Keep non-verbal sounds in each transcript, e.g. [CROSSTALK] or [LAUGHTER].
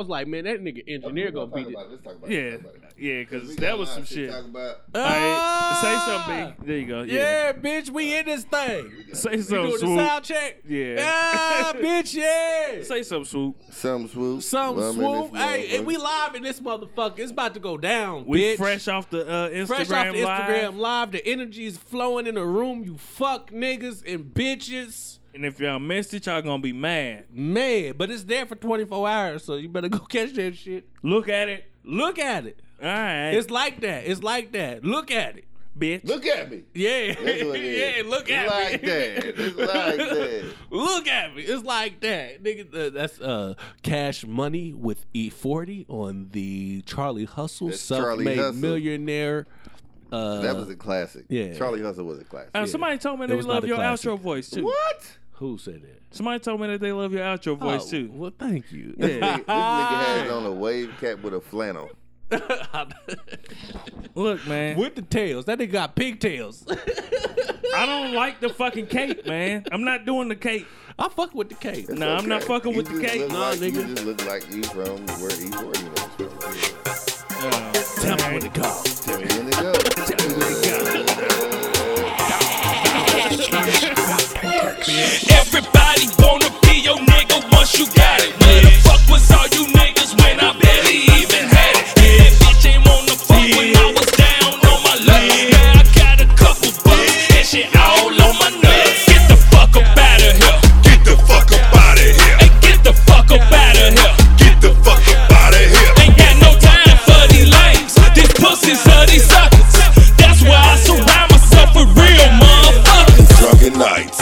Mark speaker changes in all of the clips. Speaker 1: was like, man, that nigga engineer gonna be. the-
Speaker 2: Let's talk about
Speaker 3: Yeah,
Speaker 2: it. Let's talk about it.
Speaker 3: yeah, because
Speaker 2: We
Speaker 3: that
Speaker 2: got a
Speaker 3: was
Speaker 2: lot
Speaker 3: some
Speaker 2: of
Speaker 3: shit.
Speaker 2: to Talk about.
Speaker 3: All right, say something, big. There you go. Ah! Yeah,
Speaker 4: Ah! Yeah, bitch, we in this thing.
Speaker 3: say
Speaker 4: Doing
Speaker 3: something,
Speaker 4: the
Speaker 3: swoop.
Speaker 4: sound check.
Speaker 3: Yeah, [LAUGHS]
Speaker 4: Yeah, bitch, yeah.
Speaker 3: say something, swoop.
Speaker 2: Some swoop.
Speaker 4: Some
Speaker 2: Well, I mean,
Speaker 4: swoop.
Speaker 2: this
Speaker 4: hey, and we
Speaker 2: motherfucker.
Speaker 4: live in this motherfucker. It's about to go down,
Speaker 3: We
Speaker 4: bitch.
Speaker 3: fresh off the uh, Instagram
Speaker 4: Fresh off the Instagram
Speaker 3: live.
Speaker 4: live. The energy is flowing in the room. You fuck niggas and bitches.
Speaker 3: And if y'all missed it, y'all gonna be mad.
Speaker 4: Man, but it's there for 24 hours, so you better go [LAUGHS] catch that shit.
Speaker 3: Look at it.
Speaker 4: Look at it.
Speaker 3: All right,
Speaker 4: It's like that. It's like that. Look at it.
Speaker 3: bitch.
Speaker 2: Look at me.
Speaker 4: Yeah.
Speaker 2: [LAUGHS] That's what it is.
Speaker 4: [LAUGHS] yeah, look
Speaker 2: It's
Speaker 4: at
Speaker 2: like
Speaker 4: me.
Speaker 2: that. It's like that.
Speaker 4: [LAUGHS] Look at me. It's like that. Nigga, uh, that's uh, Cash Money with E40 on the Charlie Hustle
Speaker 2: That's
Speaker 4: Self
Speaker 2: Charlie
Speaker 4: Made
Speaker 2: Hustle.
Speaker 4: Millionaire. Uh,
Speaker 2: That was a classic.
Speaker 4: yeah.
Speaker 2: Charlie Hustle was a classic.
Speaker 3: Uh, Somebody told me
Speaker 4: It
Speaker 3: they
Speaker 4: was
Speaker 3: love
Speaker 4: not a
Speaker 3: your
Speaker 4: classic.
Speaker 3: outro voice too.
Speaker 2: what?
Speaker 4: who said that?
Speaker 3: Somebody told me that they love your outro voice
Speaker 4: Oh,
Speaker 3: too.
Speaker 4: Well, thank [LAUGHS] you.
Speaker 2: Nigga- this nigga had on a wave cap with a flannel.
Speaker 3: [LAUGHS] Look, man,
Speaker 4: with the tails. That nigga got pigtails. [LAUGHS]
Speaker 3: I don't like the fucking cape, man. I'm not doing the cape.
Speaker 4: I fuck with the cape.
Speaker 3: No, I'm not fucking with the cape.
Speaker 2: No,
Speaker 4: Nah,
Speaker 2: like, You
Speaker 4: nigga.
Speaker 2: just look like you from where he was.
Speaker 3: Uh,
Speaker 4: Tell me what it call.
Speaker 2: Tell me when to go.
Speaker 5: Everybody wanna be your nigga once you got it. Where the fuck was all you niggas when I barely even had it? Yeah, bitch ain't wanna fuck when I was down on my luck. Now I got a couple bucks and shit all on my nuts. Get the fuck up out of here.
Speaker 6: Get the fuck up out of here.
Speaker 5: Hey, get the fuck up out of here.
Speaker 6: Get the fuck up out of here.
Speaker 5: Ain't got no time for these lames. These pussies are these suckers. That's why I surround myself with real motherfuckers.
Speaker 6: Drunken nights.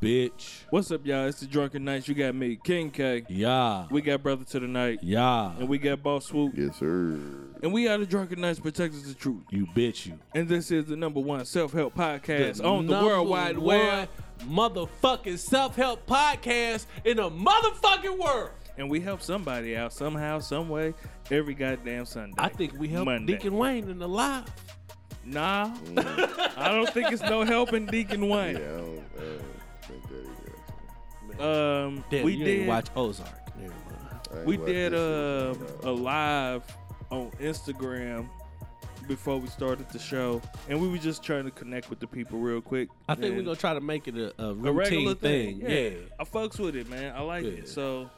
Speaker 4: Bitch.
Speaker 3: What's up, y'all? It's the Drunken Knights. You got me, King K.
Speaker 4: Yeah.
Speaker 3: We got Brother to the Night.
Speaker 4: Yeah.
Speaker 3: And we got Boss Swoop.
Speaker 2: Yes, sir.
Speaker 3: And we are the Drunken Knights Protectors of Truth.
Speaker 4: You bitch you.
Speaker 3: And this is the number one self help podcast on the
Speaker 4: number
Speaker 3: World Wide
Speaker 4: one
Speaker 3: Web.
Speaker 4: Motherfucking self help podcast in the motherfucking world.
Speaker 3: And we help somebody out somehow, some way, every goddamn Sunday.
Speaker 4: I think we helped
Speaker 3: Monday.
Speaker 4: Deacon Wayne in the live.
Speaker 3: Nah. [LAUGHS] I don't think it's no helping Deacon
Speaker 2: Yeah, I
Speaker 3: Wayne.
Speaker 2: don't uh, think that is.
Speaker 3: Um,
Speaker 4: Damn,
Speaker 3: we
Speaker 4: you
Speaker 3: did.
Speaker 4: didn't watch Ozark. Never mind.
Speaker 2: I ain't
Speaker 3: We
Speaker 2: watched
Speaker 3: did
Speaker 2: this
Speaker 3: uh,
Speaker 2: shit,
Speaker 3: a live on Instagram before we started the show, and we were just trying to connect with the people real quick.
Speaker 4: I think we're
Speaker 3: And
Speaker 4: gonna try to make it a, a routine
Speaker 3: a regular
Speaker 4: thing. Yeah.
Speaker 3: I fucks with it, man. I like
Speaker 4: Yeah.
Speaker 3: it. So,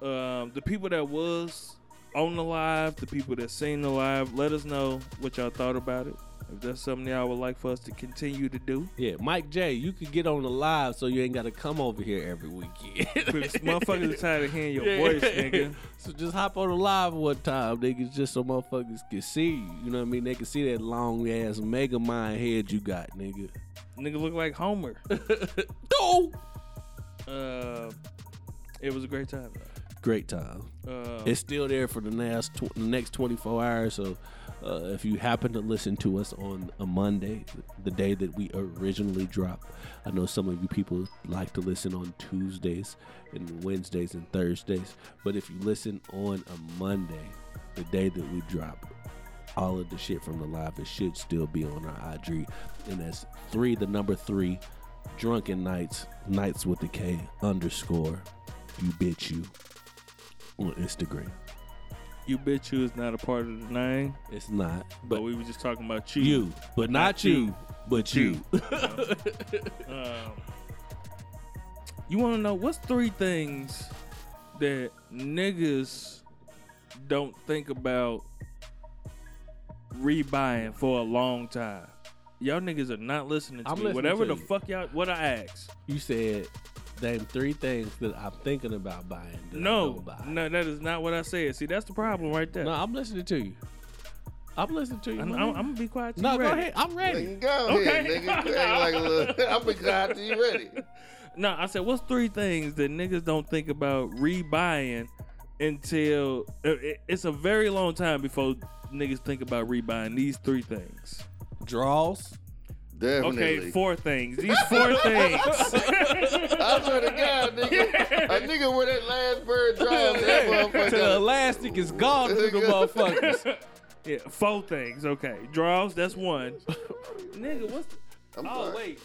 Speaker 3: um, the people that was on the live, the people that seen the live, let us know what y'all thought about it. If that's something y'all would like for us to continue to do,
Speaker 4: yeah, Mike J, you could get on the live so you ain't gotta come over here every weekend. [LAUGHS]
Speaker 3: because motherfuckers are tired of hearing your
Speaker 4: Yeah. [LAUGHS]
Speaker 3: voice, nigga.
Speaker 4: So just hop on the live one time, niggas, just so motherfuckers can see you. You know what I mean? They can see that long ass mega mind head you got, nigga.
Speaker 3: Nigga look like Homer.
Speaker 4: Go!
Speaker 3: Uh, it was a great time. though.
Speaker 4: Great time.
Speaker 3: Uh,
Speaker 4: It's still there for the next tw- the next 24 hours. So uh, if you happen to listen to us on a Monday, the day that we originally dropped, I know some of you people like to listen on Tuesdays and Wednesdays and Thursdays. But if you listen on a Monday, the day that we drop, all of the shit from the live, it should still be on our IG. And that's three, the number three, Drunken Nights, Nights with the K underscore, you bitch you on Instagram.
Speaker 3: You bitch you is not a part of the name,
Speaker 4: It's not,
Speaker 3: but,
Speaker 4: but
Speaker 3: we were just talking about you.
Speaker 4: you, but not you,
Speaker 3: you.
Speaker 4: but you. [LAUGHS]
Speaker 3: Um, you want to know what's three things that niggas don't think about rebuying for a long time? Y'all niggas are not listening to
Speaker 4: I'm
Speaker 3: me.
Speaker 4: listening
Speaker 3: Whatever
Speaker 4: to
Speaker 3: the
Speaker 4: you.
Speaker 3: fuck y'all, what I ask.
Speaker 4: You said name three things that I'm thinking about buying. that I
Speaker 3: No,
Speaker 4: don't buy.
Speaker 3: no, that is not what I said. See, that's the problem right there.
Speaker 4: no, I'm listening to you. I'm listening to you.
Speaker 3: I'm,
Speaker 4: my
Speaker 3: I'm,
Speaker 4: nigga.
Speaker 3: gonna be quiet. till
Speaker 4: no,
Speaker 3: you
Speaker 4: go
Speaker 3: ready.
Speaker 4: ahead. I'm
Speaker 2: so.
Speaker 4: ready.
Speaker 2: Nigga, Go ahead,
Speaker 3: Okay.
Speaker 2: nigga. You act like a little. [LAUGHS] I'm excited. till You ready?
Speaker 3: No, I said, what's three things that niggas don't think about rebuying until uh, it- it's a very long time before niggas think about rebuying these three things.
Speaker 4: Draws.
Speaker 2: Definitely.
Speaker 3: Okay, four things. These four things.
Speaker 2: [LAUGHS] I swear to
Speaker 3: [LAUGHS]
Speaker 2: God, nigga. A nigga with that last bird draws that motherfucker.
Speaker 4: To the elastic is gone, nigga,
Speaker 2: [LAUGHS]
Speaker 4: motherfuckers.
Speaker 3: [LAUGHS] Yeah, four things. Okay, draws. That's one. Nigga, what's
Speaker 2: I'm
Speaker 3: Oh,
Speaker 2: sorry.
Speaker 3: wait.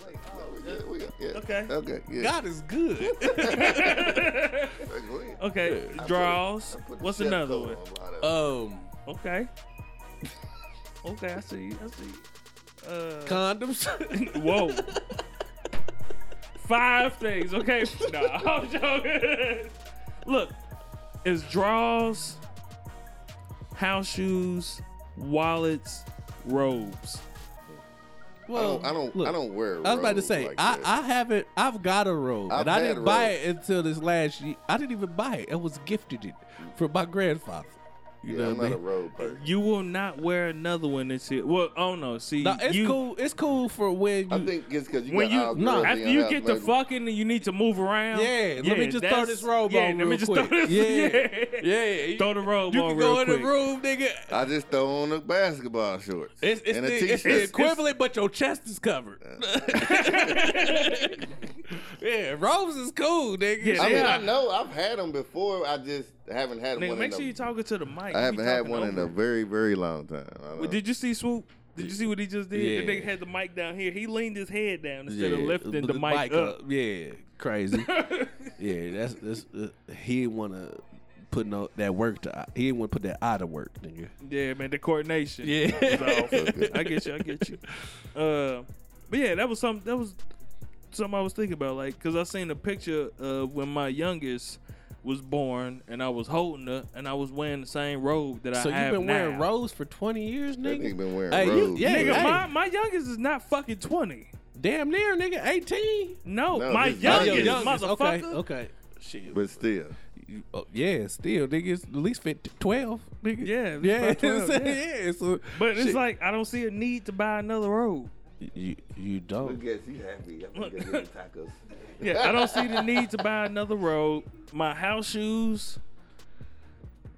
Speaker 2: We good, we good, yeah.
Speaker 3: Okay.
Speaker 2: Okay. Yeah.
Speaker 4: God is good.
Speaker 2: Go ahead.
Speaker 3: Okay,
Speaker 2: I put-
Speaker 3: draws.
Speaker 2: I put the
Speaker 3: What's
Speaker 2: chef
Speaker 3: another
Speaker 2: coat
Speaker 3: one? Uh,
Speaker 2: on right now.
Speaker 4: um,
Speaker 3: Okay. Okay, I see. you, I see. you. Uh,
Speaker 4: condoms. [LAUGHS]
Speaker 3: [LAUGHS] Whoa. Five things. Okay. No, [LAUGHS] I'm joking. Look, it's draws, house shoes, wallets, robes.
Speaker 2: I don't. I don't,
Speaker 4: look,
Speaker 2: I don't wear.
Speaker 4: I was about to
Speaker 2: robes
Speaker 4: say,
Speaker 2: like
Speaker 4: I,
Speaker 2: that.
Speaker 4: I haven't. I've got a robe,
Speaker 2: I've
Speaker 4: and I
Speaker 2: had
Speaker 4: didn't buy
Speaker 2: robes.
Speaker 4: it until this last year. I didn't even buy it. I was gifted it from my grandfather. You
Speaker 2: yeah,
Speaker 4: know
Speaker 2: I'm
Speaker 4: what I
Speaker 2: not a
Speaker 4: mean?
Speaker 2: robe person.
Speaker 3: You will not wear another one this year. Well, oh no. See,
Speaker 4: No, it's
Speaker 3: you,
Speaker 4: cool. It's cool for when you.
Speaker 2: I think it's because you
Speaker 3: When
Speaker 2: got
Speaker 3: you
Speaker 2: all
Speaker 4: nah,
Speaker 2: girls in
Speaker 3: after
Speaker 2: your
Speaker 3: you
Speaker 2: house,
Speaker 3: get the
Speaker 2: maybe.
Speaker 3: fucking, you need to move around.
Speaker 4: Yeah, let me just throw
Speaker 3: that's-
Speaker 4: this robe
Speaker 3: yeah,
Speaker 4: on
Speaker 3: Let
Speaker 4: real
Speaker 3: me just
Speaker 4: quick.
Speaker 3: throw this.
Speaker 4: Yeah.
Speaker 3: [LAUGHS]
Speaker 4: Yeah, you-
Speaker 3: Throw the robe
Speaker 4: you
Speaker 3: on
Speaker 4: can
Speaker 3: real
Speaker 4: go in
Speaker 3: quick.
Speaker 4: the room, nigga.
Speaker 2: I just throw on a basketball shorts
Speaker 4: It's, it's,
Speaker 2: and a
Speaker 4: the,
Speaker 2: t-shirt.
Speaker 4: it's the equivalent, but your chest is covered. [LAUGHS] yeah, robes is cool, nigga.
Speaker 3: Yeah,
Speaker 2: I
Speaker 4: Shit.
Speaker 2: mean, I [LAUGHS]
Speaker 3: Yeah.
Speaker 2: know I've had them before. I just haven't had
Speaker 3: Nigga,
Speaker 2: one.
Speaker 3: make
Speaker 2: in
Speaker 3: sure
Speaker 2: a,
Speaker 3: you talking to the mic. You be
Speaker 2: I haven't had
Speaker 3: talking
Speaker 2: one in
Speaker 3: over
Speaker 2: a
Speaker 3: it.
Speaker 2: very, very long time. I don't
Speaker 3: Well, Did you see Swoop? Did you see what he just did? The
Speaker 4: Yeah.
Speaker 3: nigga had the mic down here. He leaned his head down instead of
Speaker 4: Yeah,
Speaker 3: lifting the,
Speaker 4: put
Speaker 3: mic, up.
Speaker 4: Yeah,
Speaker 3: [LAUGHS]
Speaker 4: crazy. yeah, that's that's uh, he didn't want to put no that work to he didn't want to put that out of work, nigga.
Speaker 3: Yeah, man, the coordination.
Speaker 4: Yeah.
Speaker 3: was off. [LAUGHS] I get you. I get you. Uh, but yeah, that was something. That was something I was thinking about. Like, cause I seen a picture of when my youngest was born, and I was holding her, and I was wearing the same robe that
Speaker 4: [LAUGHS] So you've
Speaker 3: I have
Speaker 4: been wearing
Speaker 3: now.
Speaker 4: robes for twenty years,
Speaker 2: That
Speaker 4: nigga.
Speaker 2: nigga been wearing
Speaker 4: Hey, you-
Speaker 2: robes.
Speaker 4: yeah,
Speaker 3: Nigga,
Speaker 4: Hey.
Speaker 3: my, my youngest is not fucking twenty.
Speaker 4: Damn near, nigga, eighteen.
Speaker 3: No,
Speaker 2: No,
Speaker 3: my
Speaker 2: this is youngest.
Speaker 3: youngest,
Speaker 2: Youngest,
Speaker 3: motherfucker.
Speaker 4: Okay, okay. Shit.
Speaker 2: but still,
Speaker 4: you- oh, yeah, still, nigga, it's at least fit twelve, nigga.
Speaker 3: Yeah, it's
Speaker 4: yeah, [LAUGHS]
Speaker 3: about 12,
Speaker 4: so-
Speaker 3: yeah.
Speaker 4: yeah, so-
Speaker 3: But it's
Speaker 4: shit.
Speaker 3: like I don't see a need to buy another robe.
Speaker 4: you, you
Speaker 2: I
Speaker 4: don't.
Speaker 2: guess you happy. I'm gonna go get some tacos.
Speaker 3: Yeah, I don't
Speaker 2: [LAUGHS]
Speaker 3: see the need to buy another robe. My house shoes.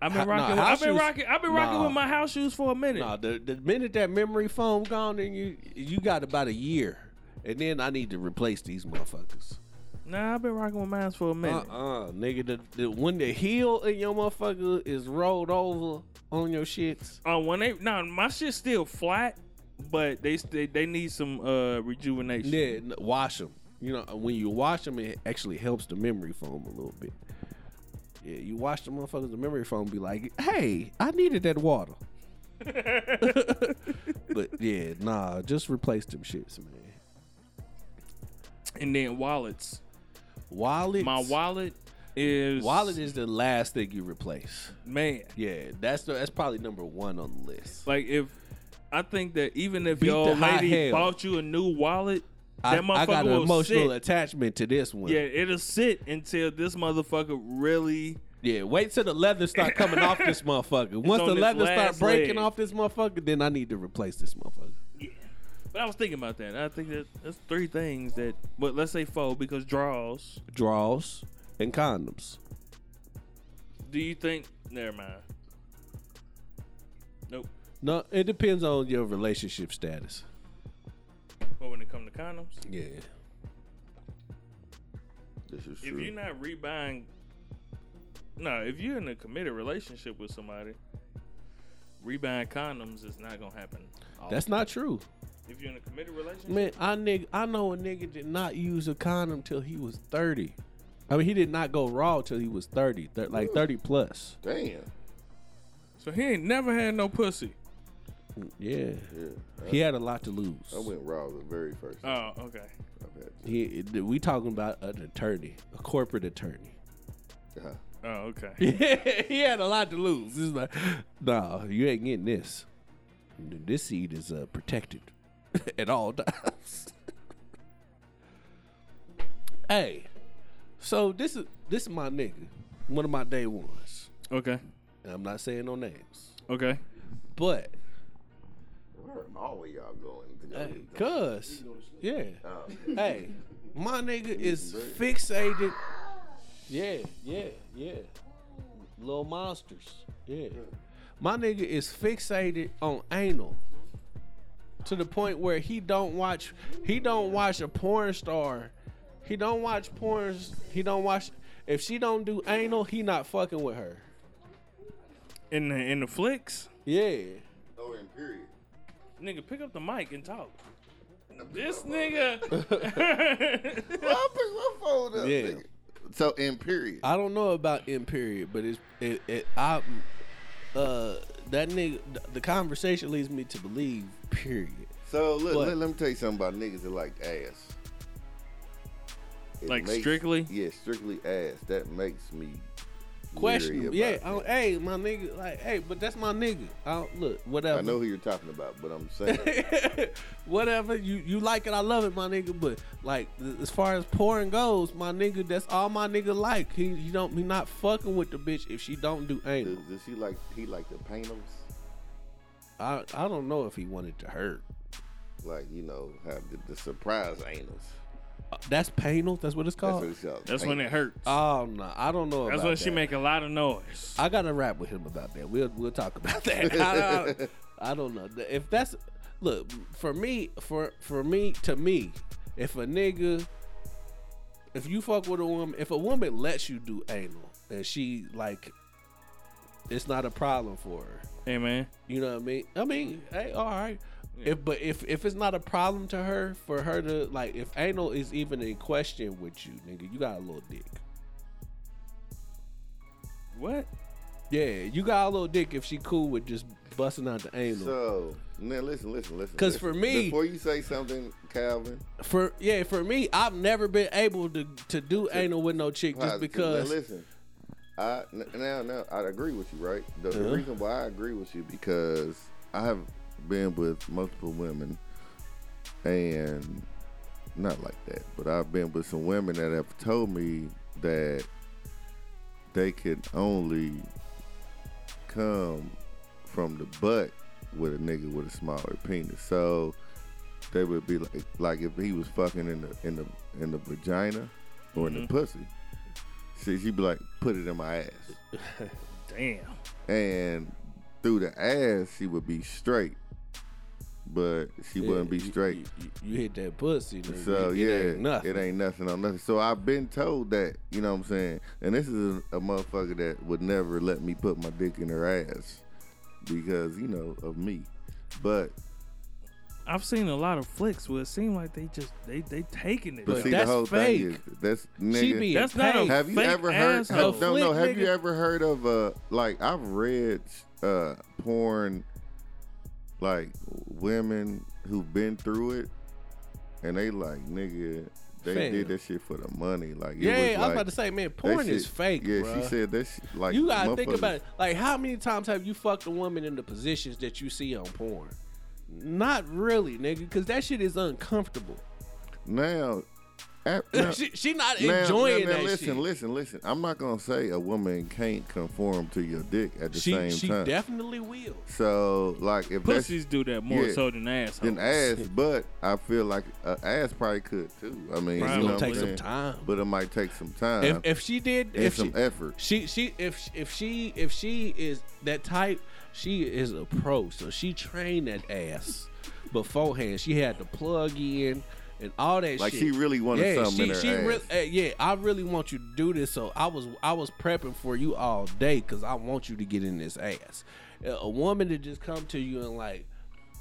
Speaker 3: I've
Speaker 4: Ha-
Speaker 3: been
Speaker 4: nah,
Speaker 3: rocking.
Speaker 4: house
Speaker 3: I've been
Speaker 4: shoes-
Speaker 3: rocking. I've been rocking
Speaker 4: nah.
Speaker 3: with my house shoes for a minute.
Speaker 4: Nah, the, the minute that memory foam gone, then you you got about a year, and then I need to replace these motherfuckers.
Speaker 3: Nah, I've been rocking with mine for a
Speaker 4: Uh
Speaker 3: minute.
Speaker 4: uh nigga, the, the when the heel in your motherfucker is rolled over on your shits.
Speaker 3: Uh, when they nah, my shit's still flat, but they they, they need some uh rejuvenation.
Speaker 4: Yeah, n- wash them. You know, uh, when you wash them, it actually helps the memory foam a little bit. Yeah, you wash the motherfuckers, the memory foam be like, hey, I needed that water.
Speaker 3: [LAUGHS]
Speaker 4: [LAUGHS] but yeah, nah, just replace them shits, man.
Speaker 3: And then wallets.
Speaker 4: Wallet.
Speaker 3: My wallet is
Speaker 4: Wallet is the last thing you replace.
Speaker 3: man.
Speaker 4: Yeah, that's the, that's probably number one on the list.
Speaker 3: Like if I think that even if
Speaker 4: Beat
Speaker 3: your
Speaker 4: the
Speaker 3: old
Speaker 4: high
Speaker 3: lady
Speaker 4: hell.
Speaker 3: bought you a new wallet,
Speaker 4: I,
Speaker 3: that motherfucker
Speaker 4: I got an
Speaker 3: will
Speaker 4: emotional
Speaker 3: sit.
Speaker 4: attachment to this one.
Speaker 3: Yeah, it'll sit until this motherfucker really.
Speaker 4: Yeah, wait till the leather start coming off
Speaker 3: [LAUGHS]
Speaker 4: this motherfucker. Once
Speaker 3: on
Speaker 4: the
Speaker 3: this
Speaker 4: leather start
Speaker 3: last
Speaker 4: breaking
Speaker 3: leg.
Speaker 4: off this motherfucker, then I need to replace this motherfucker.
Speaker 3: But I was thinking about that. I think that that's three things that, but let's say four because draws.
Speaker 4: Draws and condoms.
Speaker 3: Do you think? Never mind. Nope.
Speaker 4: No, it depends on your relationship status.
Speaker 3: But when it comes to condoms,
Speaker 4: Yeah.
Speaker 2: This is
Speaker 3: if you're
Speaker 2: true.
Speaker 3: not rebuying, no, if you're in a committed relationship with somebody, rebuying condoms is not gonna happen.
Speaker 4: That's not true.
Speaker 3: If you're in a committed relationship,
Speaker 4: Man, I nigga, I know a nigga did not use a condom till he was 30. I mean, he did not go raw till he was 30, thir- like 30 plus.
Speaker 2: Damn.
Speaker 3: so he ain't never had no pussy.
Speaker 4: Yeah.
Speaker 2: Yeah.
Speaker 4: He had a lot to lose.
Speaker 2: I went raw the very first time
Speaker 3: Oh, okay.
Speaker 2: I've had.
Speaker 4: He, we talking about an attorney, a corporate attorney.
Speaker 2: Uh-huh.
Speaker 3: Oh, okay.
Speaker 4: [LAUGHS] he had a lot to lose. It's like, nah, you ain't getting this. This seed is uh, protected [LAUGHS] at all times. [LAUGHS] hey, so this is this is my nigga, one of my day ones.
Speaker 3: Okay.
Speaker 4: And I'm not saying no names,
Speaker 3: Okay.
Speaker 4: but
Speaker 2: Where are all of y'all going to go?
Speaker 4: hey,
Speaker 2: get them?
Speaker 4: cuz, yeah,
Speaker 2: Oh.
Speaker 4: hey, my nigga is fixated. Yeah, yeah, yeah. Little monsters. Yeah. My nigga is fixated on anal to the point where he don't watch he don't watch a porn star. He don't watch porns. He don't watch if she don't do anal, he not fucking with her.
Speaker 3: In the in the flicks,
Speaker 4: Yeah.
Speaker 2: Oh, in period.
Speaker 3: nigga, pick up the mic and talk. This nigga.
Speaker 4: [LAUGHS]
Speaker 2: I pick my phone up.
Speaker 4: Yeah.
Speaker 2: Nigga. So in period.
Speaker 4: I don't know about in period, but it's it, it I uh that nigga th- the conversation leads me to believe period.
Speaker 2: So look,
Speaker 4: What?
Speaker 2: let, let me tell you something about niggas that like ass. It
Speaker 3: Like strictly?
Speaker 2: Yeah, strictly ass. That makes me
Speaker 4: Question,
Speaker 2: weary
Speaker 4: yeah.
Speaker 2: about
Speaker 4: I
Speaker 2: that.
Speaker 4: don't, hey, my nigga, like, hey, but that's my nigga. I don't, look, whatever.
Speaker 2: I know who you're talking about, but I'm saying
Speaker 4: [LAUGHS] whatever you you like it, I love it, my nigga. But like th- as far as porn goes, my nigga, that's all my nigga like. He you don't he not fucking with the bitch if she don't do
Speaker 2: does,
Speaker 4: anal.
Speaker 2: does he like he like the painters?
Speaker 4: I I don't know if he wanted to hurt.
Speaker 2: Like you know, have the, the surprise anals.
Speaker 4: Uh, That's penal. Oh, That's what it's
Speaker 2: That's what
Speaker 4: called.
Speaker 2: it's called.
Speaker 3: [LAUGHS] That's when it hurts.
Speaker 4: Oh no, I don't know.
Speaker 3: That's
Speaker 4: about
Speaker 3: when she
Speaker 4: that.
Speaker 3: make a lot of noise.
Speaker 4: I gotta rap with him about that. We'll we'll talk about that. [LAUGHS] I, don't- I don't know if that's look for me for for me to me. If a nigga, if you fuck with a woman, if a woman lets you do anal and she like, it's not a problem for her.
Speaker 3: Hey man,
Speaker 4: You know what I mean? I mean, hey, all right. If but if if it's not a problem to her for her to like if anal is even in question with you, nigga, you got a little dick.
Speaker 3: what?
Speaker 4: Yeah, you got a little dick if she cool with just busting out the anal.
Speaker 2: So now listen, listen, listen.
Speaker 4: 'Cause
Speaker 2: listen.
Speaker 4: for me-
Speaker 2: before you say something, Calvin,
Speaker 4: for yeah, for me, I've never been able to to do anal with no chick just
Speaker 2: positive.
Speaker 4: because.
Speaker 2: Now listen, I n- now now I agree with you, right? The, the reason why I agree with you because I have been with multiple women, and not like that, but I've been with some women that have told me that they can only come from the butt with a nigga with a smaller penis. So they would be like, like if he was fucking in the in the in the vagina or in the
Speaker 4: Mm-hmm.
Speaker 2: pussy. See, she'd be like, put it in my ass,
Speaker 3: Damn.
Speaker 2: and through the ass she would be straight, but she wouldn't be
Speaker 4: You-
Speaker 2: straight.
Speaker 4: You, you- you hit that pussy, nigga.
Speaker 2: So
Speaker 4: it
Speaker 2: yeah,
Speaker 4: ain't nothing.
Speaker 2: it ain't nothing on nothing. So I've been told that, you know what I'm saying? And this is a, a motherfucker that would never let me put my dick in her ass because, you know, of me. But
Speaker 3: I've seen a lot of flicks where it seemed like they just they they taking it.
Speaker 2: but
Speaker 4: But
Speaker 2: see
Speaker 4: that's
Speaker 2: the whole thing is
Speaker 4: fake.
Speaker 2: that's nigga.
Speaker 4: she be
Speaker 3: That's
Speaker 4: that's
Speaker 3: not a-
Speaker 4: pain.
Speaker 2: have you
Speaker 3: fake
Speaker 2: ever heard
Speaker 3: asshole.
Speaker 2: have, no no
Speaker 4: Flick,
Speaker 2: have you
Speaker 4: nigga.
Speaker 2: ever heard of uh like I've read uh porn like women who've been through it and they like nigga they
Speaker 4: Fam.
Speaker 2: did that shit for the money like it
Speaker 4: yeah,
Speaker 2: was
Speaker 4: I was
Speaker 2: like-
Speaker 4: about to say, man,
Speaker 2: That
Speaker 4: porn is
Speaker 2: shit-
Speaker 4: fake,
Speaker 2: Yeah,
Speaker 4: bruh.
Speaker 2: she said that. Shit, like
Speaker 4: you gotta think
Speaker 2: motherfuckers-
Speaker 4: about it. Like, how many times have you fucked a woman in the positions that you see on porn? Not really, nigga, because that shit is uncomfortable.
Speaker 2: now. a-
Speaker 4: [LAUGHS]
Speaker 2: now-
Speaker 4: she, she not
Speaker 2: now-
Speaker 4: enjoying
Speaker 2: now- now
Speaker 4: that
Speaker 2: listen,
Speaker 4: shit.
Speaker 2: listen, listen. I'm not gonna say a woman can't conform to your dick at the
Speaker 4: she
Speaker 2: same
Speaker 4: she
Speaker 2: time.
Speaker 4: definitely will.
Speaker 2: so like if that's
Speaker 3: Pussies do that more
Speaker 2: yeah.
Speaker 3: so than assholes.
Speaker 2: an ass, but I feel like a ass probably could too. I mean,
Speaker 3: It's
Speaker 2: you
Speaker 3: gonna
Speaker 2: know what
Speaker 4: take
Speaker 2: I'm
Speaker 4: some
Speaker 2: saying?
Speaker 4: time.
Speaker 2: but it might take some time
Speaker 4: If, if she did,
Speaker 2: and
Speaker 4: if
Speaker 2: some
Speaker 4: she,
Speaker 2: effort.
Speaker 4: She she if if she if she is that type, she is a pro. So she trained that ass beforehand. She had the plug in and all that.
Speaker 2: Like
Speaker 4: shit.
Speaker 2: she really wanted
Speaker 4: yeah,
Speaker 2: something
Speaker 4: she,
Speaker 2: in her
Speaker 4: she
Speaker 2: ass.
Speaker 4: real- eh, yeah, I really want you to do this. So I was I was prepping for you all day because I want you to get in this ass. A a woman to just come to you and like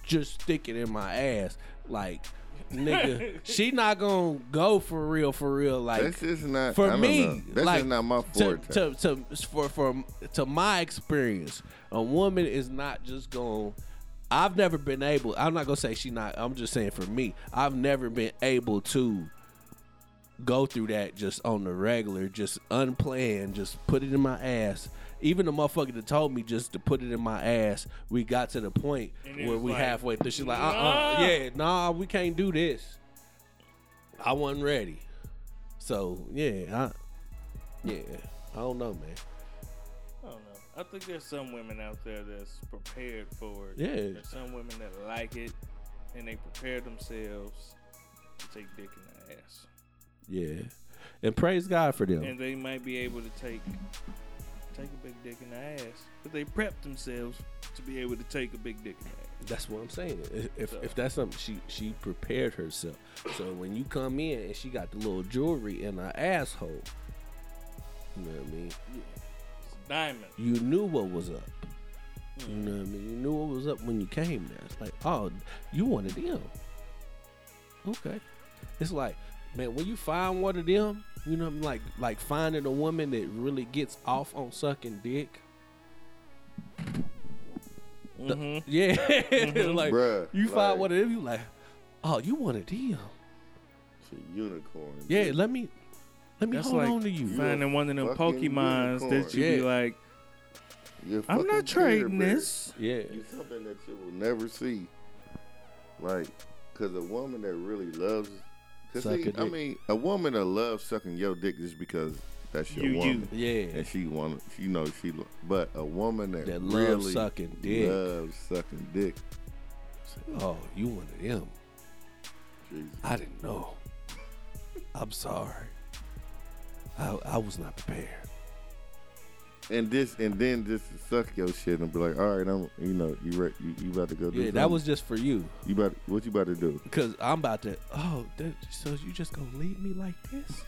Speaker 4: just stick it in my ass, like.
Speaker 2: [LAUGHS]
Speaker 4: Nigga, she not gonna go for real, for real. Like
Speaker 2: That's just not I
Speaker 4: for
Speaker 2: don't
Speaker 4: me,
Speaker 2: know. That's
Speaker 4: like
Speaker 2: just not my
Speaker 4: to,
Speaker 2: forte.
Speaker 4: to, to for for to my experience, a woman is not just going. I've never been able. I'm not gonna say she not. I'm just saying for me, I've never been able to go through that just on the regular, just unplanned, just put it in my ass. Even the motherfucker that told me just to put it in my ass, we got to the point
Speaker 3: And it
Speaker 4: where
Speaker 3: was
Speaker 4: we
Speaker 3: like,
Speaker 4: halfway through. She's like, uh, uh
Speaker 3: "Nah."
Speaker 4: yeah, nah, we can't do this. I wasn't ready. So yeah, I, yeah, I don't know, man.
Speaker 3: I don't know. I think there's some women out there that's prepared for it.
Speaker 4: Yeah.
Speaker 3: There's some women that like it and they prepare themselves to take dick in the ass.
Speaker 4: Yeah, and praise God for them.
Speaker 3: And they might be able to take take a big dick in the ass. But they prep themselves to be able to take a big dick in the ass.
Speaker 4: That's what I'm saying. If- If, if that's something she she prepared herself. So when you come in and she got the little jewelry in her asshole, you know what I mean.
Speaker 3: It's a diamond.
Speaker 4: You knew what was up. You know what I mean. You knew what was up when you came there. It's like, oh, you wanted them. Okay. It's like, man, when you find one of them, you know, I'm like, like finding a woman that really gets off on sucking dick. [LAUGHS] The-
Speaker 3: Mm-hmm.
Speaker 4: yeah, [LAUGHS] like
Speaker 2: Bruh,
Speaker 4: you find
Speaker 2: like-
Speaker 4: one of them, you like, oh, you one of them?
Speaker 2: It's a unicorn.
Speaker 4: Yeah, let me, let me
Speaker 3: That's
Speaker 4: hold
Speaker 3: like
Speaker 4: on to you.
Speaker 3: Finding one of them
Speaker 2: fucking
Speaker 3: Pokemons that you
Speaker 4: Yeah.
Speaker 3: be like,
Speaker 2: You're
Speaker 3: I'm
Speaker 2: fucking
Speaker 3: not trading
Speaker 2: purebred.
Speaker 3: this.
Speaker 4: Yeah,
Speaker 2: You something that you will never see. Like, cause a woman that really loves, cause
Speaker 4: Suck
Speaker 2: see,
Speaker 4: a
Speaker 2: I
Speaker 4: dick.
Speaker 2: mean, a woman that loves sucking your dick just because that's your
Speaker 3: You- you.
Speaker 2: woman,
Speaker 4: yeah.
Speaker 2: and she want, she knows she. lo- But a woman that,
Speaker 4: That loves
Speaker 2: really
Speaker 4: sucking dick.
Speaker 2: loves sucking dick.
Speaker 4: Oh, you one of them?
Speaker 2: Jesus.
Speaker 4: I didn't know. I'm sorry. I I was not prepared.
Speaker 2: And this, and then just to suck your shit and be like, all right, I'm, you know, you re- you, you about to go do.
Speaker 4: Yeah, that
Speaker 2: something.
Speaker 4: was just for you.
Speaker 2: you about what you about to do.
Speaker 4: Cause I'm about to. Oh, that, so you just gonna leave me like this?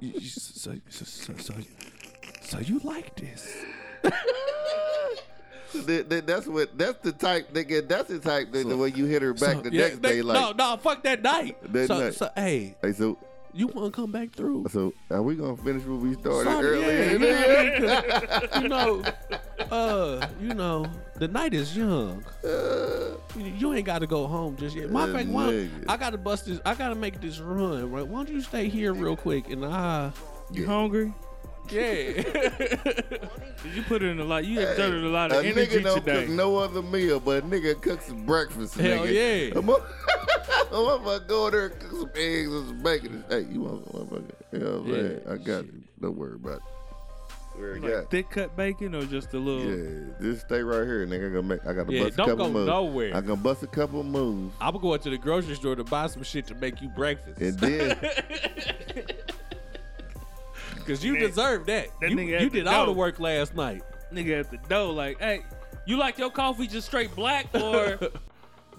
Speaker 4: You- you- so, so, so, so, so you like this?
Speaker 2: That, that, that's what that's the type nigga. That's the type that the way you hit her back
Speaker 4: So-
Speaker 2: the
Speaker 4: yeah,
Speaker 2: next day,
Speaker 4: they-
Speaker 2: like,
Speaker 4: no, no, fuck that night.
Speaker 2: That
Speaker 4: so,
Speaker 2: night.
Speaker 4: so, hey,
Speaker 2: hey, so
Speaker 4: you wanna come back through?
Speaker 2: So are we gonna finish what we started
Speaker 4: Sorry,
Speaker 2: earlier?
Speaker 4: yeah, yeah, 'cause, [LAUGHS] you
Speaker 2: [LAUGHS]
Speaker 4: know, uh, you know, the night is young. You- You ain't got to go home just yet. Matter of fact, why
Speaker 2: Nigga.
Speaker 4: I gotta bust this. I gotta make this run. Right? Why don't you stay here real quick and I?
Speaker 3: You hungry?
Speaker 4: [LAUGHS] Yeah.
Speaker 3: You put in a lot. You exerted a lot
Speaker 2: A
Speaker 3: of energy
Speaker 2: nigga don't
Speaker 3: today.
Speaker 2: cook no other meal, but a nigga cooks some breakfast.
Speaker 4: Hell
Speaker 2: nigga.
Speaker 4: yeah.
Speaker 2: A mo- [LAUGHS] a motherfucker go in there and cook some eggs and some bacon. Hey, you want some motherfucker? You know what I'm saying?
Speaker 4: Yeah,
Speaker 2: I got you. Don't worry about it. Where
Speaker 3: Like thick cut bacon or just a little?
Speaker 2: Yeah, just stay right here, nigga. I gotta make. I gotta
Speaker 4: Yeah,
Speaker 2: bust
Speaker 4: don't
Speaker 2: a couple
Speaker 4: go
Speaker 2: moves.
Speaker 4: nowhere.
Speaker 2: I gonna bust a couple moves,
Speaker 4: I'm going to the grocery store to buy some shit to make you breakfast [LAUGHS]
Speaker 2: and then
Speaker 4: because you
Speaker 3: Man,
Speaker 4: deserve that.
Speaker 3: that
Speaker 4: you
Speaker 3: nigga
Speaker 4: you
Speaker 3: had
Speaker 4: did
Speaker 3: to
Speaker 4: all the
Speaker 3: go.
Speaker 4: work last night.
Speaker 3: Nigga at the door, like, hey, you like your coffee just straight
Speaker 4: [LAUGHS]
Speaker 3: black or
Speaker 2: but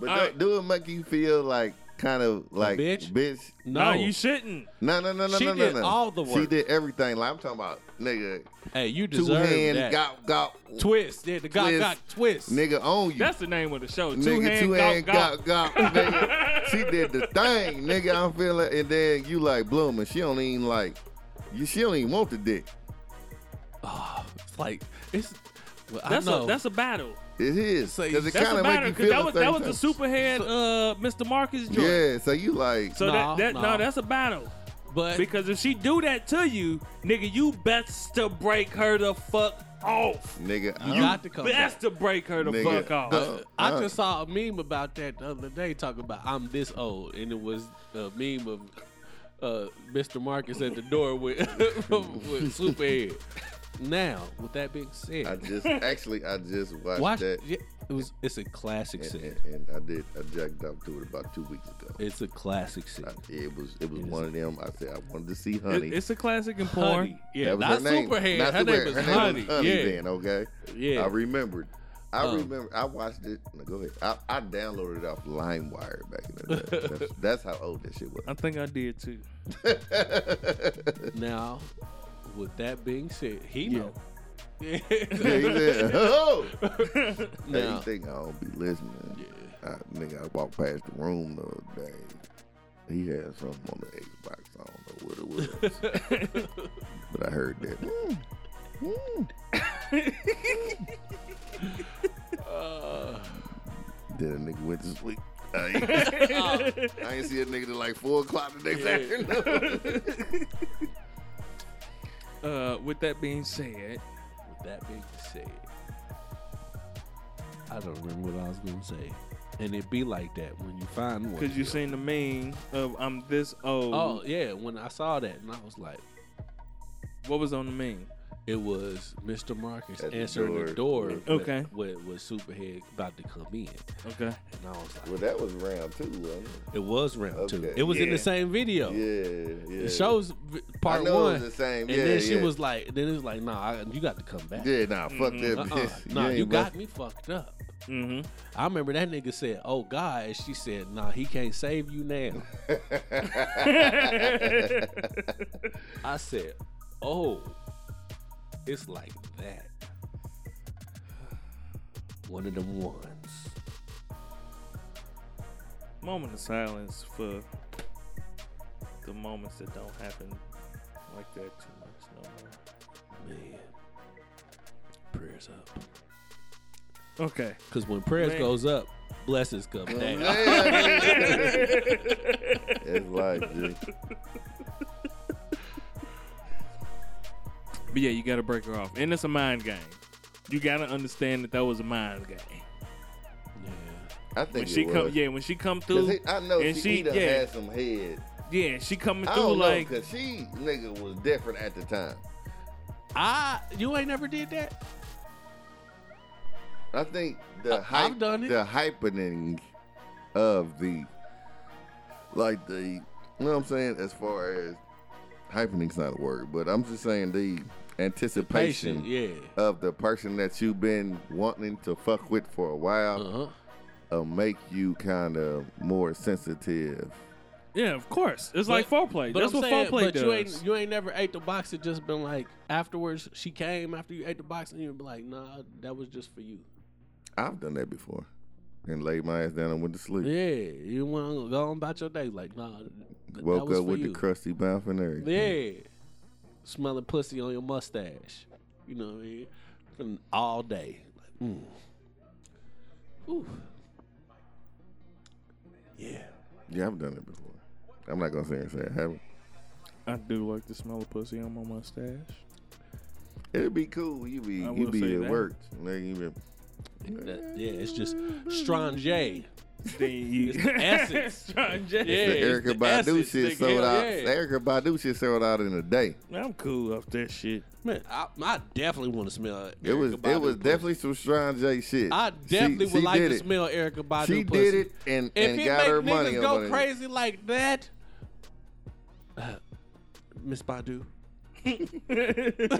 Speaker 3: All right.
Speaker 2: don't- do it make you feel like kind of like
Speaker 4: bitch?
Speaker 2: bitch
Speaker 4: No,
Speaker 3: no, you shouldn't.
Speaker 2: No, no, no, no,
Speaker 4: She
Speaker 2: no,
Speaker 4: did
Speaker 2: no, no.
Speaker 4: all the
Speaker 2: She
Speaker 4: work.
Speaker 2: did everything. Like I'm talking about, nigga,
Speaker 4: hey, you
Speaker 2: two
Speaker 4: deserve
Speaker 2: hand
Speaker 4: that.
Speaker 2: got got
Speaker 4: twist, yeah, the got
Speaker 2: Twist.
Speaker 4: got twist.
Speaker 2: nigga on you.
Speaker 3: That's the name of the show. Two
Speaker 2: nigga,
Speaker 3: hand,
Speaker 2: two hand
Speaker 3: gawk, gawk.
Speaker 2: got got nigga.
Speaker 3: [LAUGHS]
Speaker 2: She did the thing, nigga. I'm feeling, and then you like blooming. She don't even like. You, she don't even want the dick.
Speaker 4: It's like it's. Well,
Speaker 3: That's
Speaker 4: I know.
Speaker 3: a that's a battle.
Speaker 2: It is
Speaker 4: So
Speaker 2: because it
Speaker 3: That's
Speaker 2: kind
Speaker 3: a
Speaker 2: of make
Speaker 3: battle
Speaker 2: you
Speaker 3: because
Speaker 2: feel
Speaker 3: that was
Speaker 2: the same
Speaker 3: that was the superhead uh Mr. Marcus
Speaker 2: time.
Speaker 3: joint.
Speaker 2: Yeah, so you like.
Speaker 3: So
Speaker 4: Nah,
Speaker 3: that, that no,
Speaker 4: nah.
Speaker 3: that's a battle.
Speaker 4: but
Speaker 3: Because if she do that to you, nigga, you best to break her the fuck off.
Speaker 2: Nigga,
Speaker 4: you
Speaker 2: I'm-
Speaker 4: got to come
Speaker 3: Best
Speaker 4: back.
Speaker 3: to break her the
Speaker 2: Nigga,
Speaker 3: fuck off.
Speaker 2: uh,
Speaker 4: I
Speaker 2: uh,
Speaker 4: just saw a meme about that the other day talking about I'm this old, and it was a meme of uh, Mr. Marcus at the door with [LAUGHS] with Superhead. Now, with that being
Speaker 2: [LAUGHS] I
Speaker 4: said,
Speaker 2: just actually I just watched
Speaker 4: watch
Speaker 2: that,
Speaker 4: yeah, it was it's a classic
Speaker 2: and,
Speaker 4: scene.
Speaker 2: and, and I did I jacked off to it about two weeks ago.
Speaker 4: It's a classic scene.
Speaker 2: I, it was it was
Speaker 4: It is-
Speaker 2: one of them. I said I wanted to see
Speaker 3: It-
Speaker 2: honey.
Speaker 3: it's a classic in porn.
Speaker 4: Honey, yeah,
Speaker 2: That was
Speaker 4: not
Speaker 2: her name.
Speaker 4: Superhead.
Speaker 2: Not
Speaker 4: her
Speaker 2: Superhead.
Speaker 4: name is
Speaker 2: Her
Speaker 4: Honey.
Speaker 2: was Honey
Speaker 4: yeah,
Speaker 2: then, okay?
Speaker 4: yeah.
Speaker 2: I remembered. I
Speaker 4: Um,
Speaker 2: remember. I watched it. No, go ahead. I, I downloaded it off LimeWire back in the day. That's, that's how old
Speaker 4: [LAUGHS]
Speaker 2: that shit was.
Speaker 3: I think I did too.
Speaker 4: Now, with that being said, he know.
Speaker 2: Yeah, [LAUGHS] he said, oh! Now,
Speaker 4: Now,
Speaker 2: you think I don't be listening?
Speaker 4: Yeah.
Speaker 2: I, nigga, I walked past the room the other day. He had something on the Xbox. I don't know what it was. but I heard that. Mm, mm. Then a nigga went to sleep. I ain't, I ain't see a nigga till like four o'clock the next afternoon.
Speaker 3: Uh, with that being said,
Speaker 4: with that being said, I don't remember what I was gonna say, and it be like that when you find one.
Speaker 3: because you seen the meme of I'm this old.
Speaker 4: Oh yeah, when I saw that, and I was like,
Speaker 3: What was on the meme?
Speaker 4: it was Mr. Marcus
Speaker 2: At the
Speaker 4: answering the
Speaker 2: door.
Speaker 4: door.
Speaker 3: Okay.
Speaker 4: with, with, with Superhead about to come in,
Speaker 3: Okay.
Speaker 4: and I was like,
Speaker 2: well, that was round two, wasn't
Speaker 4: it was round two.
Speaker 2: Okay.
Speaker 4: It was in the
Speaker 3: Yeah.
Speaker 4: same video.
Speaker 2: it? Yeah, yeah.
Speaker 4: It shows v- part
Speaker 2: I know
Speaker 4: one.
Speaker 2: it was the same.
Speaker 4: And
Speaker 2: yeah,
Speaker 4: then she
Speaker 2: yeah.
Speaker 4: was like, then it was like, nah, I, you got to come back.
Speaker 2: Yeah, nah, fuck that
Speaker 4: Uh-uh.
Speaker 2: [LAUGHS] bitch.
Speaker 4: Nah,
Speaker 2: ain't
Speaker 4: you
Speaker 2: must-
Speaker 4: got me fucked up.
Speaker 3: Mm-hmm.
Speaker 4: I remember that nigga said, "Oh God," and she said, "Nah, he can't save you now." I said, "Oh, it's like that." One of them ones.
Speaker 3: moment of silence for the moments that don't happen like that too much no more.
Speaker 4: Man, prayers up.
Speaker 3: Okay.
Speaker 4: Because when prayers
Speaker 3: Man.
Speaker 4: goes up, blessings come down.
Speaker 2: it's like, G.
Speaker 3: But yeah, you gotta break her off. And it's a mind game. You gotta understand that that was a mind game.
Speaker 2: I think
Speaker 3: When
Speaker 2: it
Speaker 3: she
Speaker 2: was.
Speaker 3: come, yeah, when she come
Speaker 2: 'Cause
Speaker 3: through,
Speaker 2: he- I know
Speaker 3: and
Speaker 2: she,
Speaker 3: she-
Speaker 2: he done
Speaker 3: yeah.
Speaker 2: had some head.
Speaker 3: yeah, she coming
Speaker 2: I
Speaker 3: through
Speaker 2: don't know,
Speaker 3: like,
Speaker 2: because she, nigga, was different at the time.
Speaker 4: I you ain't never did that.
Speaker 2: I think the
Speaker 4: I- I've
Speaker 2: hype,
Speaker 4: done it.
Speaker 2: the hypening of the, like the, you know what I'm saying? As far as hypening's not a word, but I'm just saying the anticipation
Speaker 4: yeah.
Speaker 2: of the person that you've been wanting to fuck with for a while
Speaker 4: Uh huh.
Speaker 2: uh, make you kind of more sensitive.
Speaker 3: yeah, of course, it's like
Speaker 4: But-
Speaker 3: foreplay.
Speaker 4: But
Speaker 3: That's
Speaker 4: I'm
Speaker 3: what
Speaker 4: saying,
Speaker 3: foreplay
Speaker 4: but
Speaker 3: does.
Speaker 4: you ain't you ain't never ate the box. It just been like afterwards she came after you ate the box and you be like, nah, that was just for you.
Speaker 2: I've done that before, and laid my ass down and went to sleep.
Speaker 4: Yeah, you want to go on about your day like, nah, th- that
Speaker 2: Woke
Speaker 4: was
Speaker 2: up
Speaker 4: for
Speaker 2: with
Speaker 4: you.
Speaker 2: the crusty mouth and everything.
Speaker 4: Yeah, smelling pussy on your mustache. You know what I mean? And all day. Like, mm. Ooh. Yeah.
Speaker 2: Yeah, I've done it before. I'm not gonna say and say I haven't.
Speaker 3: I do like the smell of pussy on my mustache.
Speaker 2: It'd be cool. You be
Speaker 3: I
Speaker 2: you
Speaker 3: will
Speaker 2: be
Speaker 3: say
Speaker 2: at
Speaker 3: that.
Speaker 2: work, nigga. You be,
Speaker 4: That- yeah, it's just strange.
Speaker 3: Then you
Speaker 4: It's the essence.
Speaker 3: Trying to-
Speaker 4: Yeah.
Speaker 2: the
Speaker 4: it's
Speaker 2: Erica
Speaker 4: the
Speaker 2: Badu
Speaker 4: essence,
Speaker 2: shit
Speaker 4: nigga.
Speaker 2: sold out.
Speaker 4: Yeah.
Speaker 2: the Erica Badu shit sold out in a day.
Speaker 3: I'm cool off that shit.
Speaker 4: Man, I, I definitely want to smell Erica
Speaker 2: It was it
Speaker 4: Badu
Speaker 2: was
Speaker 4: pussy.
Speaker 2: definitely some Sean J shit.
Speaker 4: I definitely
Speaker 2: She-
Speaker 4: would
Speaker 2: she
Speaker 4: like
Speaker 2: did
Speaker 4: to
Speaker 2: it.
Speaker 4: smell Erica Badu
Speaker 2: She
Speaker 4: pussy.
Speaker 2: did it and
Speaker 4: If
Speaker 2: and
Speaker 4: it
Speaker 2: got
Speaker 4: make
Speaker 2: her
Speaker 4: niggas
Speaker 2: money. on
Speaker 4: go
Speaker 2: it.
Speaker 4: crazy like that, [SIGHS] Miss Badu,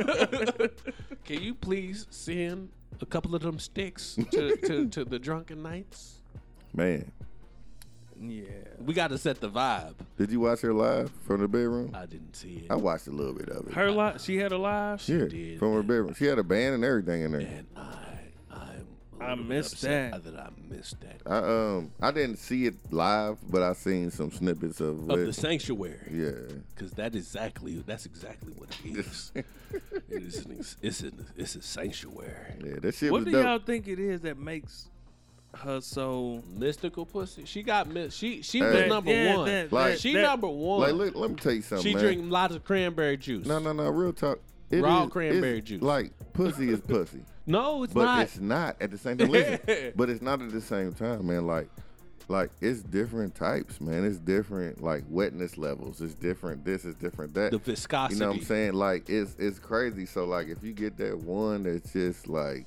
Speaker 4: can you please send a couple of them sticks to, to, to the drunken knights?
Speaker 2: Man,
Speaker 3: Yeah.
Speaker 4: We got to set the vibe.
Speaker 2: did you watch her live from the bedroom?
Speaker 4: I didn't see it.
Speaker 2: I watched a little bit of it.
Speaker 3: Her live, she had a live.
Speaker 2: yeah,
Speaker 4: did.
Speaker 2: from her bedroom. She had a band and everything in there.
Speaker 4: and I, I'm a
Speaker 3: I
Speaker 4: little bit
Speaker 3: missed
Speaker 4: upset
Speaker 3: that.
Speaker 4: That I missed that.
Speaker 2: I um I didn't see it live, but I seen some snippets of,
Speaker 4: Of
Speaker 2: it.
Speaker 4: the sanctuary,
Speaker 2: yeah.
Speaker 4: because that exactly that's exactly what it
Speaker 2: [LAUGHS]
Speaker 4: is. it is an, ex- it's an, it's a sanctuary.
Speaker 2: Yeah, that shit
Speaker 3: What
Speaker 2: was
Speaker 3: do
Speaker 2: dope.
Speaker 3: y'all think it is that makes her so?
Speaker 4: mystical pussy. She got mi- she she
Speaker 2: Hey.
Speaker 4: was
Speaker 2: That-
Speaker 4: number
Speaker 3: yeah,
Speaker 4: one.
Speaker 3: that-
Speaker 2: Like- that-
Speaker 4: she
Speaker 3: that-
Speaker 4: number one.
Speaker 2: Like, look, let me tell you something,
Speaker 4: she
Speaker 2: man.
Speaker 4: drink lots of cranberry juice.
Speaker 2: no, no, no. Real talk. It
Speaker 4: Raw
Speaker 2: it's-
Speaker 4: cranberry juice.
Speaker 2: Like pussy
Speaker 4: [LAUGHS]
Speaker 2: is pussy,
Speaker 4: no, it's
Speaker 2: but
Speaker 4: not.
Speaker 2: it's not at
Speaker 4: [LAUGHS]
Speaker 2: the same time. Listen, but it's not at the same time, man. Like, like it's different types, man. It's different like wetness levels. It's different. This is different. That
Speaker 4: the viscosity.
Speaker 2: You know what I'm saying? Like it's it's crazy. So like if you get that one that's just like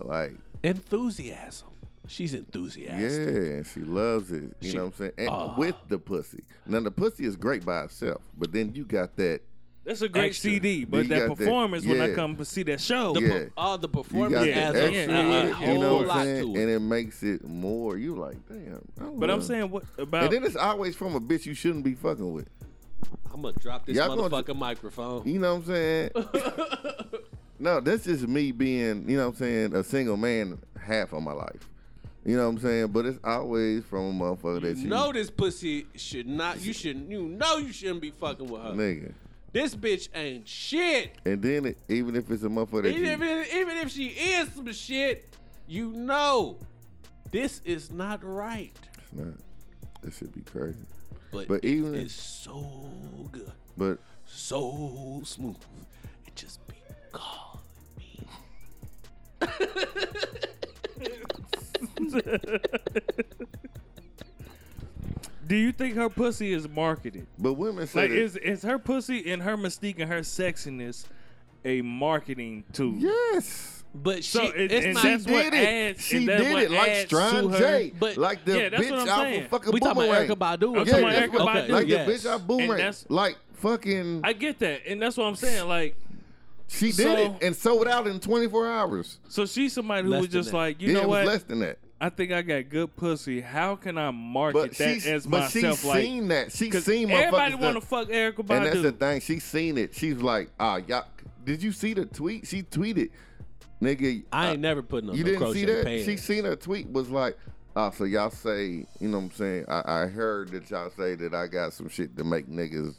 Speaker 2: like
Speaker 4: Enthusiasm. She's enthusiastic.
Speaker 2: yeah, and she loves it. You
Speaker 4: She-
Speaker 2: know what I'm saying? And
Speaker 4: Ah.
Speaker 2: with the pussy. Now the pussy is great by itself, but then you got that
Speaker 3: That's a great
Speaker 4: Extra.
Speaker 3: CD, but
Speaker 2: You got
Speaker 3: that
Speaker 2: that-
Speaker 3: performance when I
Speaker 2: yeah.
Speaker 3: come to see that show,
Speaker 4: The
Speaker 2: Yeah.
Speaker 4: per- all the
Speaker 2: you got
Speaker 4: performance
Speaker 2: that
Speaker 3: Yeah,
Speaker 4: adds
Speaker 2: extra,
Speaker 4: a,
Speaker 3: yeah,
Speaker 2: with
Speaker 3: yeah,
Speaker 4: a,
Speaker 2: it,
Speaker 3: yeah.
Speaker 4: uh,
Speaker 2: you
Speaker 4: whole
Speaker 2: know what
Speaker 4: lot
Speaker 2: I'm saying?
Speaker 4: to
Speaker 2: And
Speaker 4: it.
Speaker 2: it makes it more. You like, damn. I
Speaker 3: but I'm
Speaker 2: love-
Speaker 3: saying what about?
Speaker 2: and then it's always from a bitch you shouldn't be fucking with.
Speaker 4: I'm gonna drop this
Speaker 2: Y'all gonna-
Speaker 4: motherfucking microphone.
Speaker 2: You know
Speaker 4: [LAUGHS]
Speaker 2: what I'm saying? no, that's just me being, you know what I'm saying, a single man half of my life. You know what I'm saying? But it's always from a motherfucker that
Speaker 4: You
Speaker 2: you
Speaker 4: know this pussy should not. You should. You know you shouldn't be fucking with her.
Speaker 2: nigga.
Speaker 4: This bitch ain't shit.
Speaker 2: And then it, even if it's a motherfucker that
Speaker 4: Even
Speaker 2: you,
Speaker 4: if, even if she is some shit, you know, this is not right.
Speaker 2: it's not. That should be crazy.
Speaker 4: But,
Speaker 2: But even
Speaker 4: it's so good,
Speaker 2: but
Speaker 4: so smooth. It just be calling me.
Speaker 3: do you think her pussy is marketed?
Speaker 2: but women say
Speaker 3: Like,
Speaker 2: that-
Speaker 3: is is her pussy and her mystique and her sexiness a marketing tool?
Speaker 2: yes.
Speaker 4: But
Speaker 3: So
Speaker 4: she,
Speaker 3: it-
Speaker 4: it's
Speaker 3: and
Speaker 4: not.
Speaker 3: that's what-
Speaker 2: Did it.
Speaker 3: adds-
Speaker 2: she
Speaker 3: and that's
Speaker 2: did
Speaker 3: what
Speaker 2: it like
Speaker 3: adds
Speaker 2: Strong
Speaker 3: to her.
Speaker 2: J.
Speaker 4: But-
Speaker 2: like the
Speaker 3: Yeah, that's what
Speaker 2: bitch
Speaker 3: I'm
Speaker 2: out
Speaker 3: saying.
Speaker 2: of fucking
Speaker 4: we talking
Speaker 2: boomerang.
Speaker 4: about Erica Badu.
Speaker 3: I'm
Speaker 2: yeah,
Speaker 3: talking about
Speaker 2: that's
Speaker 3: Erykah
Speaker 2: what-
Speaker 3: Badu,
Speaker 2: Like
Speaker 3: yes.
Speaker 2: the bitch out boomerang.
Speaker 3: that's-
Speaker 2: Like fucking
Speaker 3: I get that, and that's what I'm saying. Like,
Speaker 2: she did
Speaker 3: so-
Speaker 2: it and sold out in twenty four hours.
Speaker 3: so she's somebody who
Speaker 4: Less
Speaker 3: was
Speaker 4: than
Speaker 3: just
Speaker 4: that.
Speaker 3: like, you
Speaker 2: yeah,
Speaker 3: know
Speaker 2: it was
Speaker 3: what?
Speaker 2: less than that.
Speaker 3: I think I got good pussy. How can I market
Speaker 2: But
Speaker 3: that
Speaker 2: she's
Speaker 3: as
Speaker 2: but
Speaker 3: myself?
Speaker 2: she's
Speaker 3: like,
Speaker 2: seen that. She's
Speaker 3: 'cause
Speaker 2: seen motherfuckers
Speaker 3: everybody
Speaker 2: that-
Speaker 3: want to fuck Erica
Speaker 2: And that's the
Speaker 3: Badu.
Speaker 2: thing. She's seen it. She's like, ah, y'all. Did you see the tweet? She tweeted, nigga.
Speaker 4: I ain't never putting on
Speaker 2: You
Speaker 4: no
Speaker 2: didn't see
Speaker 4: crochet
Speaker 2: that?
Speaker 4: pants.
Speaker 2: She seen her tweet was like, Ah, so y'all say, you know what I'm saying? I, I heard that y'all say that I got some shit to make niggas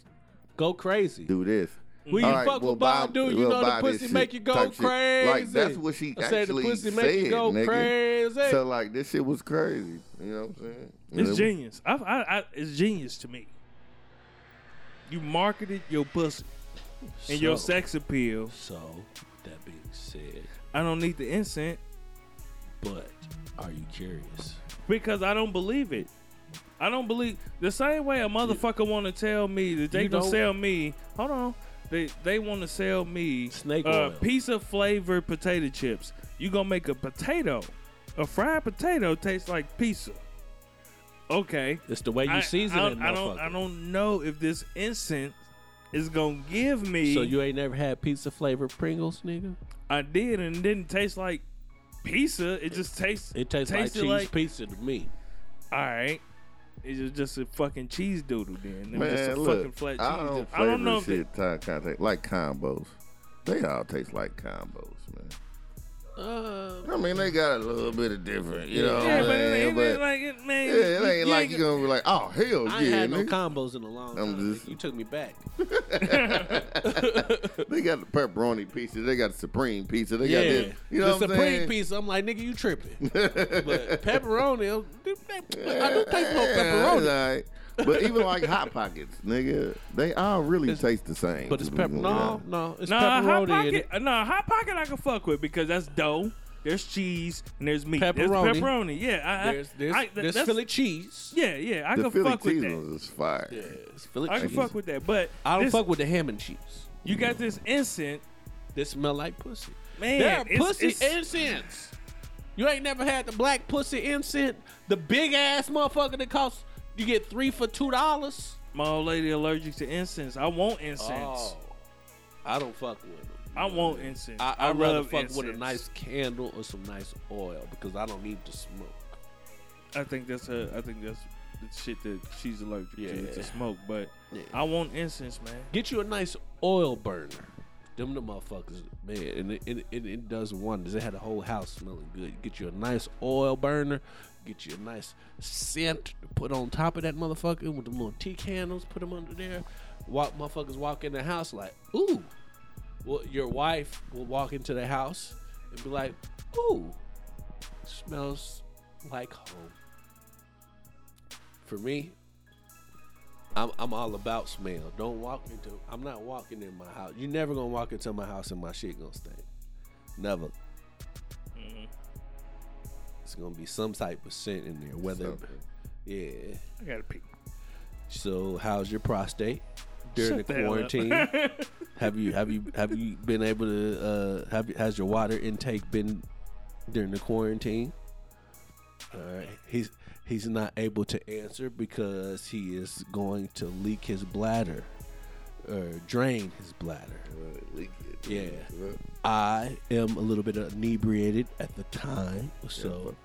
Speaker 4: Go crazy.
Speaker 2: do this.
Speaker 4: When you
Speaker 2: All right,
Speaker 4: fuck
Speaker 2: we'll
Speaker 4: with Bob,
Speaker 2: buy-
Speaker 4: dude, you
Speaker 2: we'll
Speaker 4: know the
Speaker 2: buy this
Speaker 4: pussy
Speaker 2: shit
Speaker 4: make you go
Speaker 2: type shit.
Speaker 4: crazy.
Speaker 2: Like that's what she
Speaker 4: I
Speaker 2: actually
Speaker 4: said the pussy
Speaker 2: said,
Speaker 4: make you go
Speaker 2: nigga.
Speaker 4: crazy.
Speaker 2: So like this shit was crazy. You know what I'm saying?
Speaker 3: It's
Speaker 2: And it-
Speaker 3: genius. I, I, I, it's genius to me. You marketed your pussy and your
Speaker 4: So-
Speaker 3: sex appeal.
Speaker 4: So, with that being said,
Speaker 3: I don't need the incense
Speaker 4: but are you curious?
Speaker 3: because I don't believe it. I don't believe the same way a motherfucker want to tell me that they
Speaker 4: You
Speaker 3: gonna
Speaker 4: don't-
Speaker 3: sell me. Hold on, they they want to sell me
Speaker 4: Snake
Speaker 3: a
Speaker 4: oil.
Speaker 3: piece of flavored potato chips. You gonna make a potato, a fried potato taste like pizza. Okay,
Speaker 4: It's the way you
Speaker 3: I,
Speaker 4: season
Speaker 3: I
Speaker 4: it,
Speaker 3: don't,
Speaker 4: motherfucker.
Speaker 3: I don't. I don't know if this incense is gonna give me.
Speaker 4: So you ain't never had pizza flavored Pringles, nigga?
Speaker 3: I did, and it didn't taste like pizza. It just tastes.
Speaker 4: It tastes like
Speaker 3: tasted
Speaker 4: cheese pizza to me.
Speaker 3: All right. It's just, just a fucking cheese doodle then. It was just a
Speaker 2: Man, look,
Speaker 3: fucking flat cheese.
Speaker 2: I don't
Speaker 3: doodle.
Speaker 2: flavor
Speaker 3: I don't know if
Speaker 2: shit
Speaker 3: it,
Speaker 2: time contact like combos. They all taste like combos, man.
Speaker 4: Uh,
Speaker 2: I mean, they got a little bit of different, you know.
Speaker 3: Yeah,
Speaker 2: what
Speaker 3: but
Speaker 2: I'm
Speaker 3: it
Speaker 2: saying?
Speaker 3: ain't,
Speaker 2: but
Speaker 3: it ain't like it, man.
Speaker 2: yeah, it ain't like you
Speaker 3: ain't-
Speaker 2: gonna be like, oh hell
Speaker 4: I ain't
Speaker 2: yeah,
Speaker 4: had no
Speaker 2: nigga.
Speaker 4: combos in a long
Speaker 2: I'm
Speaker 4: time.
Speaker 2: just-
Speaker 4: nigga. You took me
Speaker 2: [LAUGHS]
Speaker 4: back.
Speaker 2: They got the pepperoni pizza. They got the supreme pizza. They
Speaker 4: Yeah,
Speaker 2: got this. You know
Speaker 4: the
Speaker 2: what
Speaker 4: supreme
Speaker 2: I'm saying?
Speaker 4: pizza. I'm like, nigga, you tripping?
Speaker 2: [LAUGHS]
Speaker 4: but pepperoni, I'm- I don't taste no
Speaker 2: Yeah, [LAUGHS]
Speaker 4: pepperoni.
Speaker 2: it's all right. But even like hot pockets, nigga, they all really taste the same.
Speaker 4: But it's pepper. No, no, it's
Speaker 3: Nah, hot
Speaker 4: pepperoni. in
Speaker 3: pocket.
Speaker 4: it.
Speaker 3: uh, Nah, hot pocket I can fuck with because that's dough. There's cheese and there's meat. There's
Speaker 4: Pepperoni.
Speaker 3: pepperoni. Yeah, I, I-
Speaker 4: There's there's,
Speaker 3: uh, I, th-
Speaker 4: there's
Speaker 3: that's-
Speaker 4: Philly cheese.
Speaker 3: Yeah, yeah, I
Speaker 2: the
Speaker 3: can
Speaker 2: Philly
Speaker 3: fuck with
Speaker 2: cheese
Speaker 3: that.
Speaker 2: ones is fire.
Speaker 4: It's Philly
Speaker 3: I can
Speaker 4: cheese.
Speaker 3: fuck with that. But
Speaker 4: I don't
Speaker 3: this-
Speaker 4: fuck with the ham and cheese.
Speaker 3: You got this instant,
Speaker 4: They smell like pussy.
Speaker 3: man.
Speaker 4: There are
Speaker 3: it's-
Speaker 4: pussy
Speaker 3: it's-
Speaker 4: incense. You ain't never had the black pussy incense, the big ass motherfucker that costs you get three for two dollars.
Speaker 3: my old lady allergic to incense. I want incense.
Speaker 4: Oh, I don't fuck with them.
Speaker 3: I want incense.
Speaker 4: I, I, rather
Speaker 3: love
Speaker 4: fuck with a
Speaker 3: incense.
Speaker 4: nice candle or some nice oil because I don't need to smoke.
Speaker 3: I think that's her. I think that's the shit that she's allergic to. It's
Speaker 4: Yeah.
Speaker 3: a smoke, but
Speaker 4: Yeah.
Speaker 3: I want incense, man.
Speaker 4: Get you a nice oil burner. Them the motherfuckers, man, and it, it, it, it does wonders. They had the whole house smelling good. Get you a nice oil burner. Get you a nice scent to put on top of that motherfucker with the little tea candles. Put them under there. Walk motherfuckers walk in the house like, ooh. Well, your wife will walk into the house and be like, ooh, smells like home. For me, I'm, I'm all about smell. Don't walk into. I'm not walking in my house. You're never gonna walk into my house and my shit gonna stink. Never. It's gonna be some type of scent in there. Whether,
Speaker 2: Something.
Speaker 4: yeah.
Speaker 3: I gotta pee.
Speaker 4: So how's your prostate during
Speaker 3: Shut
Speaker 4: the
Speaker 3: the hell up.
Speaker 4: quarantine?
Speaker 3: [LAUGHS]
Speaker 4: have you have you have you been able to uh, have has your water intake been during the quarantine? All right, he's he's not able to answer because he is going to leak his bladder or drain his bladder.
Speaker 2: Leak it.
Speaker 4: Yeah. I am a little bit inebriated at the time. So,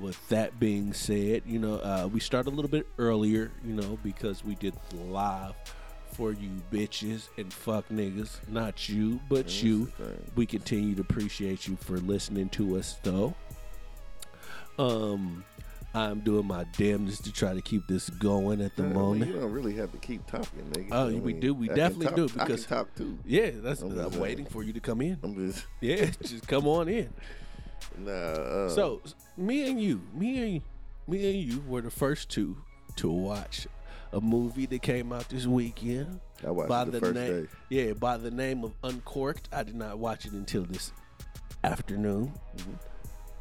Speaker 4: with that being said, you know, uh, we start a little bit earlier, you know, because we did live for you bitches and fuck niggas. Not you, but you. We continue to appreciate you for listening to us, though. Um, I'm doing my damnedest to try to keep this going at the
Speaker 2: Man, well,
Speaker 4: moment.
Speaker 2: you don't really have to keep talking, nigga.
Speaker 4: Oh,
Speaker 2: I
Speaker 4: we
Speaker 2: mean,
Speaker 4: do. We
Speaker 2: I can
Speaker 4: definitely
Speaker 2: talk-
Speaker 4: do,
Speaker 2: I can
Speaker 4: because-
Speaker 2: talk too.
Speaker 4: Yeah, that's.
Speaker 2: I'm
Speaker 4: I'm,
Speaker 2: just saying.
Speaker 4: waiting for you to come in.
Speaker 2: I'm just
Speaker 4: Yeah, [LAUGHS] just come on in.
Speaker 2: nah. Uh,
Speaker 4: So s- me and you, me and me and you were the first two to watch a movie that came out this weekend.
Speaker 2: I watched it the first
Speaker 4: name, yeah, by the name of Uncorked. I did not watch it until this afternoon.
Speaker 2: Mm-hmm.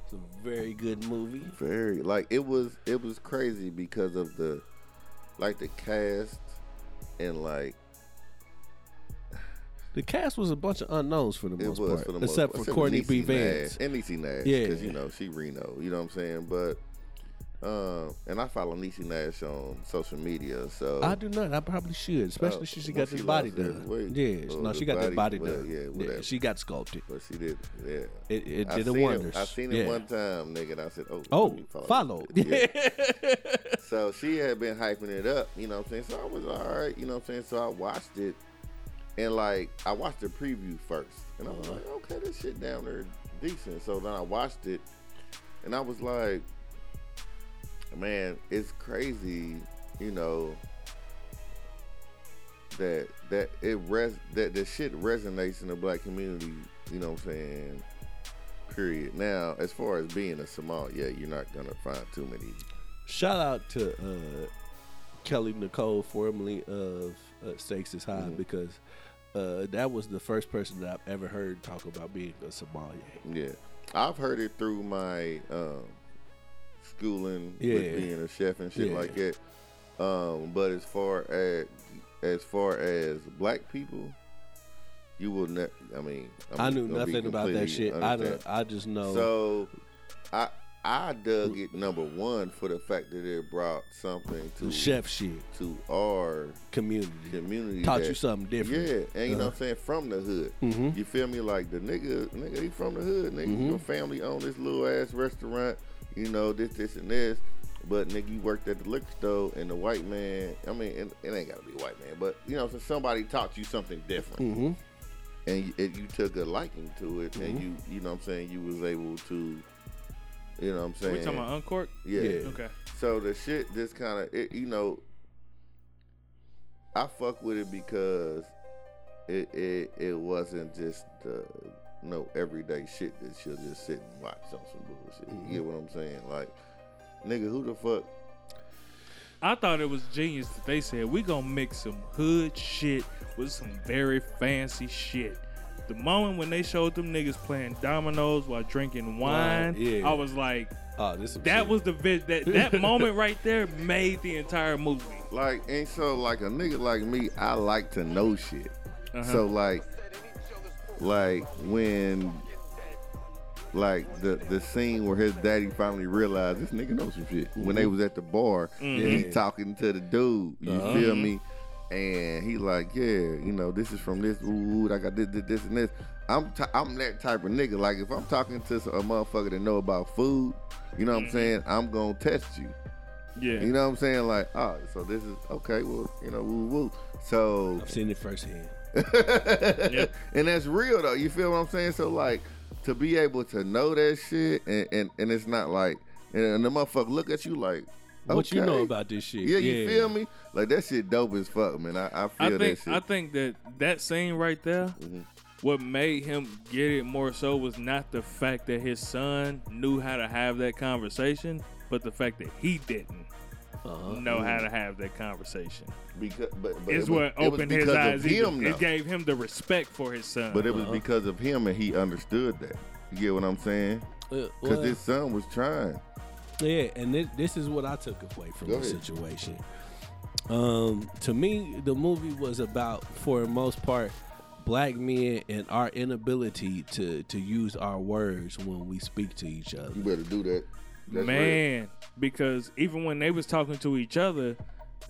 Speaker 4: It's a very good movie.
Speaker 2: very like it was it was crazy because of the like the cast and like
Speaker 4: The cast was a bunch of unknowns for the
Speaker 2: it
Speaker 4: most
Speaker 2: was
Speaker 4: part,
Speaker 2: for the most
Speaker 4: except
Speaker 2: part,
Speaker 4: for Courtney B.
Speaker 2: Niecy
Speaker 4: Vance.
Speaker 2: Nash, and Niecy Nash
Speaker 4: Yeah.
Speaker 2: because you know she Reno you know what I'm saying but um and I follow Niecy Nash on social media so
Speaker 4: I do not. I probably should, especially since she
Speaker 2: Oh. well,
Speaker 4: got
Speaker 2: she
Speaker 4: this body
Speaker 2: lost her
Speaker 4: done.
Speaker 2: weight.
Speaker 4: Yeah,
Speaker 2: So
Speaker 4: no,
Speaker 2: the
Speaker 4: she got that
Speaker 2: body-
Speaker 4: body
Speaker 2: well,
Speaker 4: done.
Speaker 2: yeah, whatever.
Speaker 4: she got sculpted.
Speaker 2: but she did yeah
Speaker 4: It, it
Speaker 2: I
Speaker 4: did a
Speaker 2: seen
Speaker 4: wonders.
Speaker 2: It, I seen it
Speaker 4: Yeah.
Speaker 2: one time, nigga. And I said, "Oh, let
Speaker 4: Oh,
Speaker 2: me follow
Speaker 4: follow.
Speaker 2: this bitch. Yeah. so she had been hyping it up, you know what I'm saying? So I was all right, you know what I'm saying? So I watched it, and like I watched the preview first, and I was like, "Okay, this shit down there decent." So then I watched it, and I was like, man, it's crazy, you know, that that it res that the shit resonates in the black community, you know what I'm saying? Period. Now, as far as being a Somal, yeah, you're not gonna find too many.
Speaker 4: [LAUGHS] Shout out to uh, Kelly Nicole, formerly of uh, Stakes is High,
Speaker 2: Mm-hmm.
Speaker 4: because uh, that was the first person that I've ever heard talk about being a sommelier.
Speaker 2: Yeah, I've heard it through my um, schooling
Speaker 4: Yeah.
Speaker 2: with being a chef and shit
Speaker 4: Yeah.
Speaker 2: like that. Um, but as far as as far as black people, you will never. I mean, I'm
Speaker 4: I knew
Speaker 2: gonna be
Speaker 4: nothing about that
Speaker 2: completely
Speaker 4: shit. I,
Speaker 2: understand.
Speaker 4: don't- I just know.
Speaker 2: So, I I dug it number one for the fact that it brought something to
Speaker 4: chef shit,
Speaker 2: to our
Speaker 4: community.
Speaker 2: community.
Speaker 4: Taught
Speaker 2: that-
Speaker 4: you something different. Uh-huh. Mm-hmm.
Speaker 2: Yeah, and you know what I'm saying from the hood. You feel me? Like the nigga, nigga, he from the hood. Nigga, your family owned this little ass restaurant. You know this, this, and this. But nigga, you worked at the liquor store, and the white man. I mean, it, it ain't gotta be a white man, but you know, so somebody taught you something different,
Speaker 4: Mm-hmm.
Speaker 2: and you, it, you took a liking to it, and you,
Speaker 4: Mm-hmm.
Speaker 2: you know, what I'm saying you was able to, you know, what I'm saying,
Speaker 3: We talking about Uncork?
Speaker 2: yeah.
Speaker 4: Yeah.
Speaker 3: Okay.
Speaker 2: So the shit just kind of, it, you know, I fuck with it because it it, it wasn't just the no everyday shit that she'll just sit and watch on some bullshit. You get what I'm saying? Like, nigga, who the fuck?
Speaker 3: I thought it was genius that they said we gonna mix some hood shit with some very fancy shit. The moment when they showed them niggas playing dominoes while drinking wine,
Speaker 4: Wine, yeah.
Speaker 3: I was like,
Speaker 4: Oh, this some
Speaker 3: that
Speaker 4: shit.
Speaker 3: was the vi-
Speaker 4: [LAUGHS]
Speaker 3: that that moment right there made the entire movie.
Speaker 2: Like, and so like a nigga like me, I like to know shit. So like, like when. Like the the scene where his daddy finally realized this nigga knows some shit. When they was at the bar and he
Speaker 4: Mhm.
Speaker 2: talking to the dude, you feel me? And he like, yeah, you know, this is from this. Ooh, ooh, I got this, this, this, and this. I'm t- I'm that type of nigga. Like if I'm talking to a motherfucker that know about food, you know what I'm saying? I'm gonna test you.
Speaker 3: Yeah.
Speaker 2: You know what I'm saying? Like, oh, so this is okay. Well, you know, woo woo. So,
Speaker 4: I've seen it firsthand.
Speaker 2: [LAUGHS] and that's real though. You feel what I'm saying? So, like, to be able to know that shit, and and, and it's not like, and, and the motherfucker look at you like,
Speaker 4: What you know
Speaker 2: okay.
Speaker 4: about this shit?
Speaker 2: Yeah, you feel me? Like that shit dope as fuck, man. I, I
Speaker 3: I
Speaker 2: feel that
Speaker 3: think
Speaker 2: shit. Mm-hmm.
Speaker 3: I think that that scene right there, what made him get it more so was not the fact that his son knew how to have that conversation, but the fact that he didn't know how to have that conversation
Speaker 2: because, Uh-huh. Mm. but, but
Speaker 3: is
Speaker 2: it was-
Speaker 3: what
Speaker 2: it was
Speaker 3: opened his
Speaker 2: because
Speaker 3: eyes.
Speaker 2: Of him,
Speaker 3: It, it
Speaker 2: though.
Speaker 3: gave Uh-huh. him the respect for his son.
Speaker 2: but it was because of him, and he understood that. You get what I'm saying?
Speaker 4: Uh,
Speaker 2: Because
Speaker 4: well,
Speaker 2: his son was trying.
Speaker 4: Yeah, and this, this is what I took away from
Speaker 2: Go
Speaker 4: the
Speaker 2: ahead.
Speaker 4: situation. Um, to me, the movie was about, for the most part, black men and our inability to to use our words when we speak to each other.
Speaker 2: You better do that. That's real.
Speaker 3: man, because even when they was talking to each other,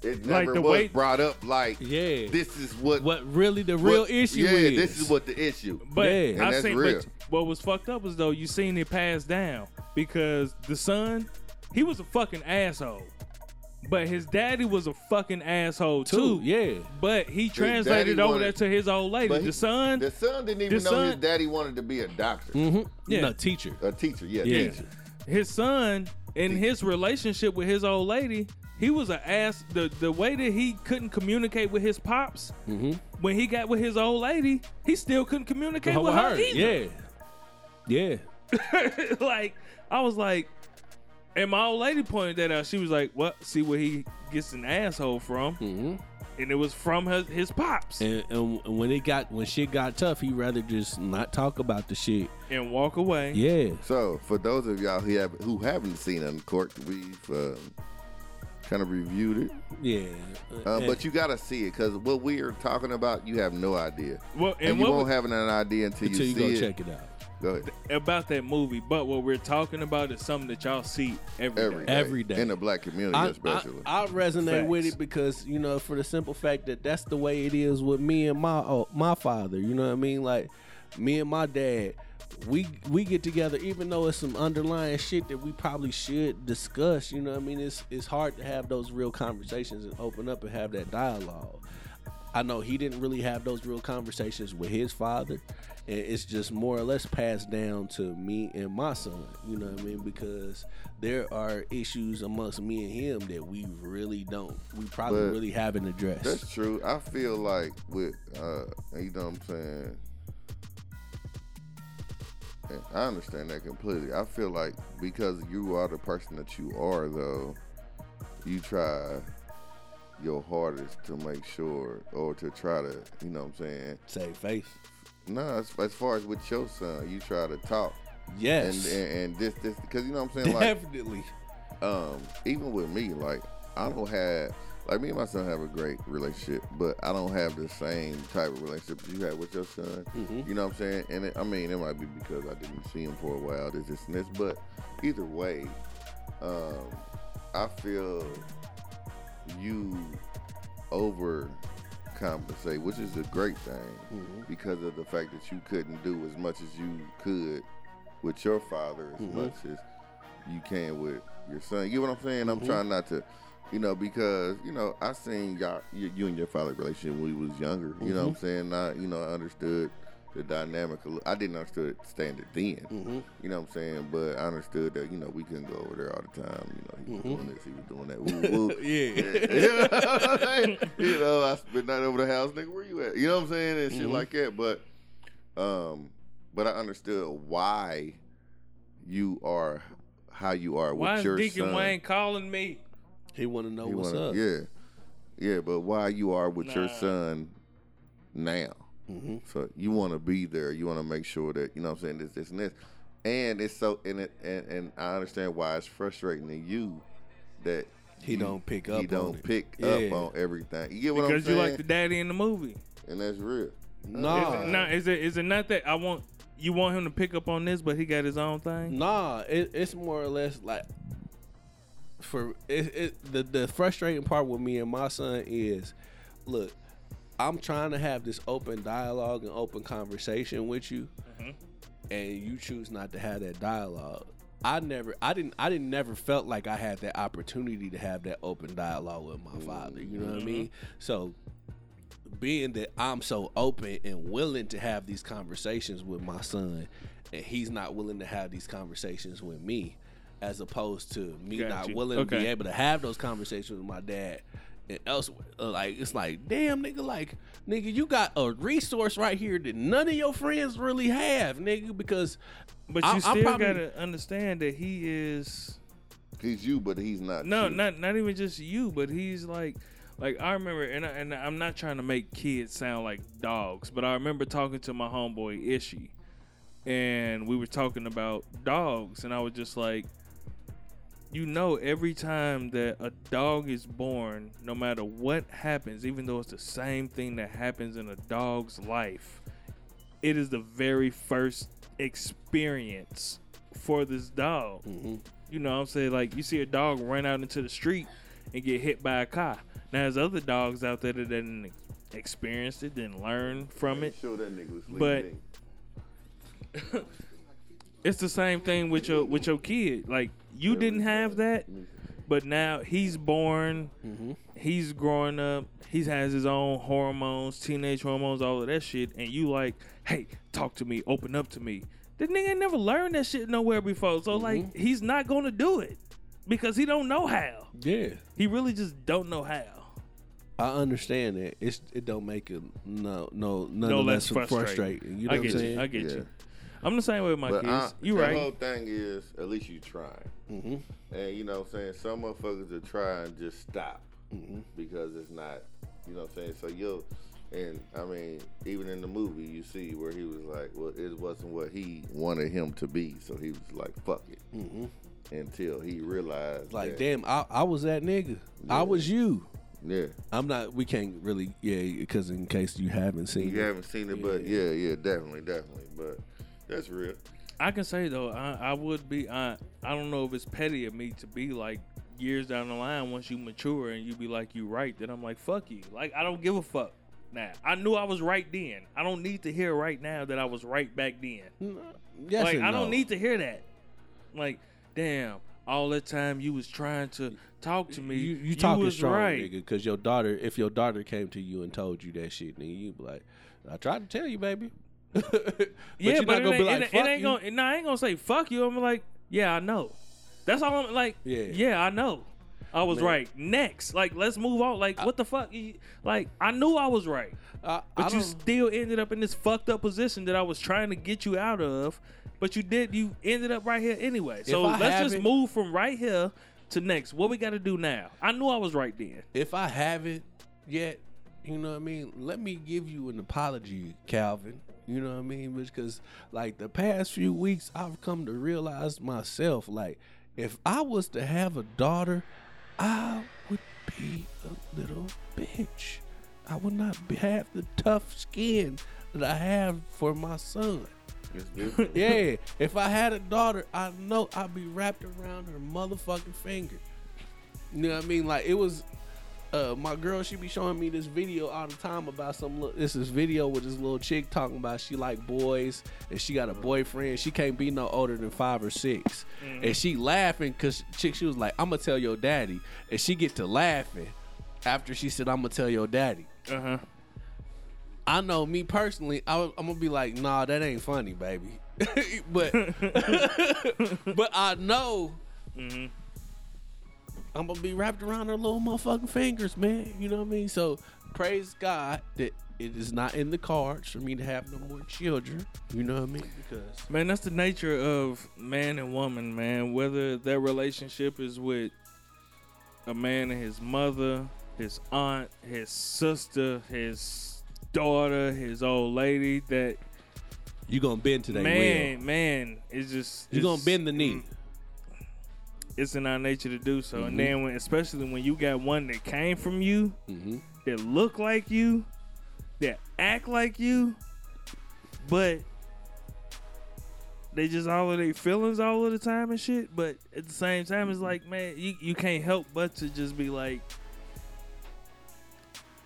Speaker 2: it
Speaker 3: like
Speaker 2: never
Speaker 3: the
Speaker 2: was
Speaker 3: way-
Speaker 2: brought up like,
Speaker 4: Yeah.
Speaker 2: this is what
Speaker 4: What really the real
Speaker 2: what-
Speaker 4: issue
Speaker 2: yeah,
Speaker 4: is?
Speaker 2: this is what the issue.
Speaker 3: But
Speaker 4: Yeah. And
Speaker 3: I
Speaker 2: that's
Speaker 3: seen
Speaker 2: real.
Speaker 3: But what was fucked up was though you seen it passed down because the son, he was a fucking asshole. But his daddy was a fucking asshole too.
Speaker 4: Too, yeah.
Speaker 3: But he
Speaker 2: daddy
Speaker 3: translated over
Speaker 2: wanted-
Speaker 3: that to his old lady.
Speaker 2: But he-
Speaker 3: the son,
Speaker 2: the son didn't even
Speaker 3: the
Speaker 2: know his
Speaker 3: son-
Speaker 2: daddy wanted to be a doctor,
Speaker 3: yeah.
Speaker 4: No, teacher.
Speaker 2: a teacher. Yeah,
Speaker 4: Mm-hmm. Yeah.
Speaker 2: teacher.
Speaker 3: his son in his relationship with his old lady, he was an ass. The the way that he couldn't communicate with his pops
Speaker 4: Mm-hmm.
Speaker 3: when he got with his old lady, he still couldn't communicate
Speaker 4: How
Speaker 3: with her.
Speaker 4: about her?
Speaker 3: either.
Speaker 4: Yeah. Yeah.
Speaker 3: [LAUGHS] like I was like, and my old lady pointed that out. She was like, "What? See where he gets an asshole from?" Mm-hmm. And it was from his, his pops and,
Speaker 4: And, and when it got when shit got tough, he rather just not talk about the shit.
Speaker 3: walk away.
Speaker 4: Yeah.
Speaker 2: So for those of y'all who have who haven't seen Uncorked, we've um, kind of reviewed it,
Speaker 4: Yeah.
Speaker 2: uh,
Speaker 4: And-
Speaker 2: but you gotta see it because what we are talking about, you have no idea,
Speaker 3: Well,
Speaker 2: and,
Speaker 3: and,
Speaker 2: you
Speaker 3: what
Speaker 2: won't
Speaker 3: was-
Speaker 2: have an idea until,
Speaker 4: until
Speaker 2: you
Speaker 4: you
Speaker 2: see
Speaker 4: go
Speaker 2: it.
Speaker 4: check it out.
Speaker 2: Go ahead.
Speaker 3: about that movie? But what we're talking about is something that y'all see every
Speaker 2: Every
Speaker 3: day.
Speaker 2: day.
Speaker 4: Every day.
Speaker 2: in the black community,
Speaker 4: I,
Speaker 2: especially.
Speaker 4: I, I resonate with
Speaker 3: Facts.
Speaker 4: it because you know, for the simple fact that that's the way it is with me and my uh, my father. You know what I mean? Like me and my dad, we we get together even though it's some underlying shit that we probably should discuss. You know what I mean? It's it's hard to have those real conversations and open up and have that dialogue. I know he didn't really have those real conversations with his father, and it's just more or less passed down to me and my son. You know what I mean? Because there are issues amongst me and him that we really don't, we probably
Speaker 2: But-
Speaker 4: really haven't addressed.
Speaker 2: That's true. I feel like with uh you know what I'm saying. And I understand that completely. I feel like because you are the person that you are though, you try your hardest to make sure or to try to, you know what I'm saying?
Speaker 4: Say faith.
Speaker 2: No, as, as far as with your son, you try to talk and
Speaker 4: Yes,
Speaker 2: and, and this this cuz you know what
Speaker 4: [LAUGHS]
Speaker 2: I'm saying like
Speaker 4: definitely.
Speaker 2: um, even with me, like I don't have like me and my son have a great relationship, but I don't have the same type of relationship you had with your son. You know what I'm saying? And it, I mean, it might be because I didn't see him for a while, this, this, and this. But either way, um, I feel you over compensate, which is a great thing because of the fact that you couldn't do as much as you could with your father as much as you can with your son. You know what I'm saying? I'm trying not to, you know, because you know I seen y'all, you, you and your father relationship when we was younger. You know what I'm saying? I, you know, I understood the dynamic. a li- I didn't understand it then.
Speaker 4: Mm-hmm.
Speaker 2: You know what I'm saying? But I understood that you know we couldn't go over there all the time. You know, he
Speaker 3: Mm-hmm.
Speaker 2: was doing this, he was doing that. Woo, [LAUGHS] woo.
Speaker 3: [LAUGHS]
Speaker 2: yeah. you know, I spent night over the house, nigga. Where you at? You know what I'm saying? And shit like
Speaker 3: Mm-hmm.
Speaker 2: that. But, um, but I understood why you are how you are
Speaker 3: Why
Speaker 2: with
Speaker 3: is
Speaker 2: your
Speaker 3: Deacon
Speaker 2: son.
Speaker 3: Wayne calling me?
Speaker 4: He want to
Speaker 3: Oh,
Speaker 4: know
Speaker 2: He
Speaker 4: what's
Speaker 2: wanna-
Speaker 4: up.
Speaker 2: Yeah, yeah. But why you are with your
Speaker 3: Nah.
Speaker 2: son now?
Speaker 4: Mm-hmm.
Speaker 2: So you want to be there. You want to make sure that you know what I'm saying this, this, and this. And it's so and it and, and I understand why it's frustrating to you that
Speaker 4: He
Speaker 2: you-
Speaker 4: don't pick
Speaker 2: He
Speaker 4: up
Speaker 2: don't
Speaker 4: on it.
Speaker 2: pick
Speaker 4: Yeah.
Speaker 2: up on everything. You get what
Speaker 3: Because
Speaker 2: I'm
Speaker 3: you
Speaker 2: saying? Ah.
Speaker 3: like the daddy in the movie.
Speaker 2: and that's real.
Speaker 4: Nah,
Speaker 3: Now, is it is it not that I want you want him to pick up on this, but he got his own thing?
Speaker 4: Nah, it, it's more or less like for it, it the the frustrating part with me and my son is, look, I'm trying to have this open dialogue and open conversation with you, and you choose not to have that dialogue. I never, I didn't, I didn't never felt like I had that opportunity to have that open dialogue with my father. You know what I mean? So being that I'm so open and willing to have these conversations with my son, and he's not willing to have these conversations with me, as opposed to me
Speaker 3: Got
Speaker 4: not
Speaker 3: you.
Speaker 4: willing to be
Speaker 3: Okay.
Speaker 4: able to have those conversations with my dad and elsewhere. Uh, like it's like, damn nigga, like nigga, you got a resource right here that none of your friends really have, nigga, because
Speaker 3: But you
Speaker 4: I- I
Speaker 3: still
Speaker 4: probably-
Speaker 3: gotta understand that he is
Speaker 2: He's you, but he's not.
Speaker 3: no,
Speaker 2: you.
Speaker 3: not not even just you, but he's like like I remember and I, and I'm not trying to make kids sound like dogs, but I remember talking to my homeboy Ishi and we were talking about dogs and I was just like you know every time that a dog is born, no matter what happens, even though it's the same thing that happens in a dog's life, it is the very first experience for this dog. You know what I'm saying? Like you see a dog run out into the street and get hit by a car. Now there's other dogs out there that didn't experience it, didn't learn from it.
Speaker 2: Show that nigga was sleeping.
Speaker 3: But- It's the same thing with your with your kid. Like you didn't have that, but now he's born,
Speaker 2: Mm-hmm.
Speaker 3: he's growing up, he has his own hormones, teenage hormones, all of that shit, and you like, hey, talk to me, open up to me. The nigga ain't never learned that shit nowhere before, so like
Speaker 2: Mm-hmm.
Speaker 3: he's not gonna do it because he don't know how.
Speaker 4: yeah,
Speaker 3: He really just don't know how.
Speaker 4: I understand that it's it don't make it no no none
Speaker 3: No
Speaker 4: of
Speaker 3: less
Speaker 4: less
Speaker 3: frustrating.
Speaker 4: frustrating. You know
Speaker 3: I
Speaker 4: what I'm
Speaker 3: get
Speaker 4: saying?
Speaker 3: you. I get
Speaker 2: Yeah.
Speaker 3: you. I'm the same way with my
Speaker 2: But
Speaker 3: kids.
Speaker 2: I,
Speaker 3: you
Speaker 2: the
Speaker 3: right.
Speaker 2: whole thing is, at least you trying. And you know what I'm saying? Some motherfuckers will try and just stop because it's not, you know what I'm saying? So you and I mean, even in the movie, you see where he was like, well, it wasn't what he wanted him to be. So he was like, fuck it. Until he realized.
Speaker 4: Like,
Speaker 2: that-
Speaker 4: damn, I, I was that nigga. I was you.
Speaker 2: Yeah.
Speaker 4: I'm not. We can't really. Yeah, because in case you haven't seen,
Speaker 2: You
Speaker 4: it.
Speaker 2: haven't seen it, but yeah, yeah, definitely, definitely. But that's real.
Speaker 3: I can say though, I, I would be. I I don't know if it's petty of me to be like years down the line once you mature and you be like you right. Then I'm like fuck you. Like I don't give a fuck now. I knew I was right then. I don't need to hear right now that I was right back then.
Speaker 4: Mm, Yes
Speaker 3: like
Speaker 4: and
Speaker 3: I don't
Speaker 4: no.
Speaker 3: need to hear that. Like damn, all that time you was trying to talk to me.
Speaker 4: You you talking
Speaker 3: was
Speaker 4: strong,
Speaker 3: right.
Speaker 4: nigga? Because your daughter, if your daughter came to you and told you that shit, nigga, you be like, I tried to tell you, baby. [LAUGHS] but
Speaker 3: yeah,
Speaker 4: you're not
Speaker 3: but it
Speaker 4: gonna
Speaker 3: ain't,
Speaker 4: be like,
Speaker 3: it, ain't-
Speaker 4: fuck
Speaker 3: it ain't
Speaker 4: you.
Speaker 3: gonna. No, I ain't gonna say fuck you. I'm like, yeah, I know. That's all I'm like.
Speaker 4: Yeah.
Speaker 3: Yeah, I know. I was right. Next, like, let's move on. Like, what the fuck? You- Like, I knew I was right,
Speaker 4: I- I
Speaker 3: but you
Speaker 4: don't-
Speaker 3: still ended up in this fucked up position that I was trying to get you out of. But you did. You ended up right here anyway. So
Speaker 4: I
Speaker 3: let's just
Speaker 4: haven't-
Speaker 3: move from right here to next. What we got to do now? I knew I was right then.
Speaker 4: if I haven't yet, you know what I mean. Let me give you an apology, Calvin. You know what I mean? Because like the past few weeks, I've come to realize myself. Like, if I was to have a daughter, I would be a little bitch. I would not be, have the tough skin that I have for my son.
Speaker 2: It's
Speaker 4: [LAUGHS]
Speaker 2: different.
Speaker 4: Yeah, if I had a daughter, I know I'd be wrapped around her motherfucking finger. You know what I mean? Like it was uh my girl, she be showing me this video all the time about some little this is video with this little chick talking about she like boys and she got a boyfriend. She can't be no older than five or 6 And she laughing cause chick she was like, I'ma tell your daddy. And she get to laughing after she said, I'ma tell your daddy.
Speaker 3: Uh huh.
Speaker 4: I know me personally, I, am gonna be like, nah, that ain't funny, baby. [LAUGHS] but but I know I'm gonna be wrapped around her little motherfucking fingers, man. You know what I mean? So praise God that it is not in the cards for me to have no more children. You know what I mean? Because
Speaker 3: Man, that's the nature of man and woman, man. Whether their relationship is with a man and his mother, his aunt, his sister, his daughter, his old lady, that
Speaker 4: you gonna bend today,
Speaker 3: man, man, it's just
Speaker 4: You gonna bend the knee.
Speaker 3: It's in our nature to do so, and then when, especially when you got one that came from you, that look like you, that act like you, but they just all of their feelings all of the time and shit. But at the same time, it's like, man, you, you can't help but to just be like,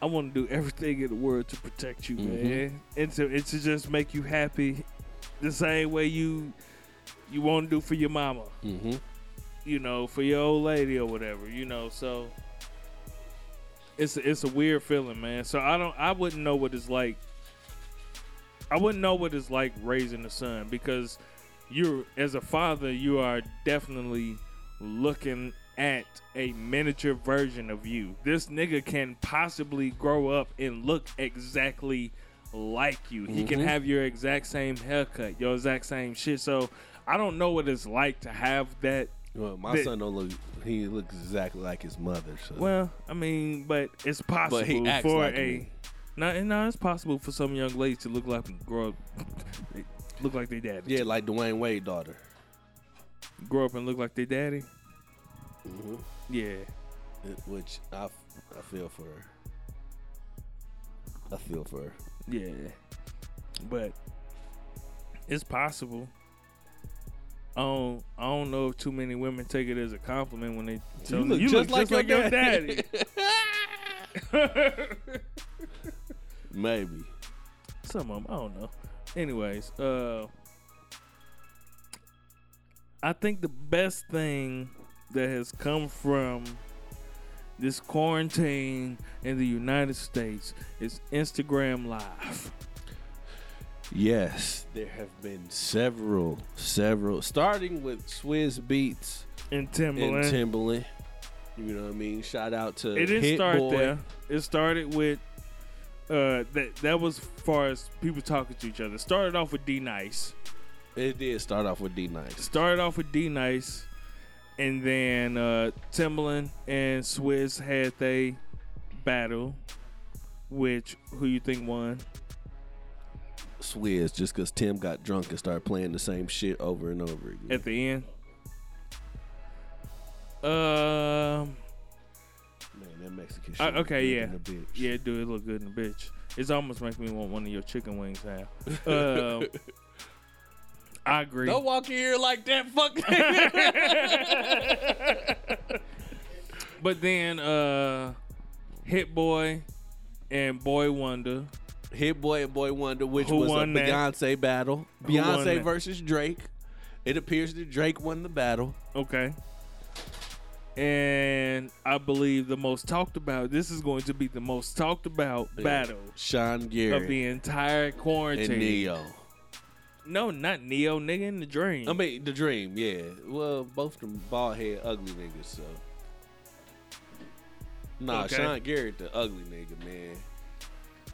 Speaker 3: I want to do everything in the world to protect you, man, and to and to just make you happy, the same way you you want to do for your mama,
Speaker 4: Mm-hmm.
Speaker 3: you know, for your old lady or whatever, you know. So it's a, it's a weird feeling, man. So I don't, I wouldn't know what it's like. I wouldn't know what it's like raising a son because you're as a father, you are definitely looking at a miniature version of you. This nigga can possibly grow up and look exactly like you. He can have your exact same haircut, your exact same shit. So I don't know what it's like to have that
Speaker 4: Well, my
Speaker 3: That-
Speaker 4: son don't look. He looks exactly like his mother. So.
Speaker 3: well, I mean, but it's possible
Speaker 4: he acts
Speaker 3: for
Speaker 4: like
Speaker 3: a
Speaker 4: me.
Speaker 3: no, and no, it's possible for some young ladies to look like grow up, they look like their daddy.
Speaker 4: yeah, like Dwayne Wade daughter.
Speaker 3: grow up and look like their daddy.
Speaker 4: Mm-hmm.
Speaker 3: Yeah,
Speaker 4: which I, f- I feel for her. I feel for her.
Speaker 3: yeah, but it's possible. I don't, I don't know if too many women take it as a compliment when they tell
Speaker 4: You
Speaker 3: them,
Speaker 4: look
Speaker 3: you
Speaker 4: just like
Speaker 3: look just
Speaker 4: your [LAUGHS]
Speaker 3: like
Speaker 4: daddy."
Speaker 3: your [LAUGHS] daddy.
Speaker 4: Maybe.
Speaker 3: Some of them, I don't know. Anyways, uh, I think the best thing that has come from this quarantine in the United States is Instagram Live.
Speaker 4: Yes, there have been several, several, starting with Swizz Beats
Speaker 3: And
Speaker 4: and
Speaker 3: Timberland.
Speaker 4: Timbaland. You know what I mean? Shout out to
Speaker 3: it didn't
Speaker 4: Hit
Speaker 3: start
Speaker 4: Boy.
Speaker 3: there. It started with uh that that was far as people talking to each other. It started off with D Nice.
Speaker 4: It did start off with D Nice.
Speaker 3: started off with D Nice, and then uh, Timbaland and Swizz had they battle. Which who you think won?
Speaker 4: Swizz, just because Tim got drunk and started playing the same shit over and over again.
Speaker 3: at the end? Um.
Speaker 4: Man, that Mexican shit.
Speaker 3: I-
Speaker 4: was
Speaker 3: okay,
Speaker 4: good
Speaker 3: yeah,
Speaker 4: than a bitch.
Speaker 3: yeah. Dude, it look good in the bitch. It's almost making me want one of your chicken wings
Speaker 4: [LAUGHS]
Speaker 3: now. Um, I agree.
Speaker 4: Don't walk in here like that, fuck.
Speaker 3: But then, uh, Hit Boy and Boy Wonder.
Speaker 4: Hit Boy and Boy Wonder, which
Speaker 3: Who
Speaker 4: was a
Speaker 3: won that?
Speaker 4: Beyonce battle.
Speaker 3: Who won
Speaker 4: Beyonce
Speaker 3: that?
Speaker 4: versus Drake. It appears that Drake won the battle.
Speaker 3: Okay. and I believe the most talked about. This is going to be the most talked about battle
Speaker 4: Sean
Speaker 3: of
Speaker 4: Gary
Speaker 3: the entire
Speaker 4: and
Speaker 3: quarantine.
Speaker 4: Neo.
Speaker 3: No, not Neo, nigga in the dream.
Speaker 4: I mean, the dream, yeah. Well, both of them bald head ugly niggas, so. Nah,
Speaker 3: Okay.
Speaker 4: Sean Garrett, the ugly nigga, man.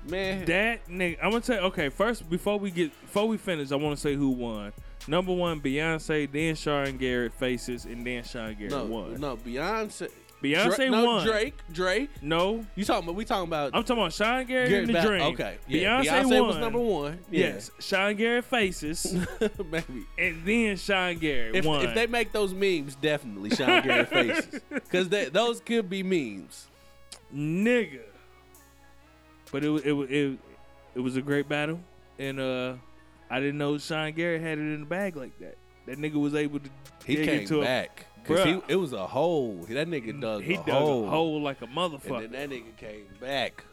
Speaker 4: Man,
Speaker 3: that nigga. I'm gonna tell. Okay, first before we get before we finish, I want to say who won. Number one, Beyonce, then Shawn Garrett faces, and then Shawn Garrett
Speaker 4: no,
Speaker 3: won.
Speaker 4: no, Beyonce.
Speaker 3: Beyonce
Speaker 4: Drake, no,
Speaker 3: won.
Speaker 4: Drake, Drake.
Speaker 3: No,
Speaker 4: You talking about? We talking about?
Speaker 3: I'm talking about Sean Garrett in the
Speaker 4: Ba-
Speaker 3: dream.
Speaker 4: Okay, yeah.
Speaker 3: Beyonce,
Speaker 4: Beyonce,
Speaker 3: won.
Speaker 4: was number one. Yeah.
Speaker 3: Yes, Sean
Speaker 4: [LAUGHS]
Speaker 3: Garrett faces,
Speaker 4: maybe.
Speaker 3: and then Sean Garrett
Speaker 4: If,
Speaker 3: won.
Speaker 4: if they make those memes, definitely Sean [LAUGHS] Garrett faces, because those could be memes.
Speaker 3: nigga. But it wa- it wa- it it was a great battle, and uh, I didn't know Sean Garrett had it in the bag like that. That nigga was able to
Speaker 4: He
Speaker 3: dig
Speaker 4: came
Speaker 3: into
Speaker 4: back because he
Speaker 3: Bruh.
Speaker 4: it was a hole. That nigga
Speaker 3: a
Speaker 4: Mm, dug
Speaker 3: he
Speaker 4: a
Speaker 3: dug
Speaker 4: hole.
Speaker 3: a hole like a
Speaker 4: and
Speaker 3: motherfucker.
Speaker 4: then that nigga came back.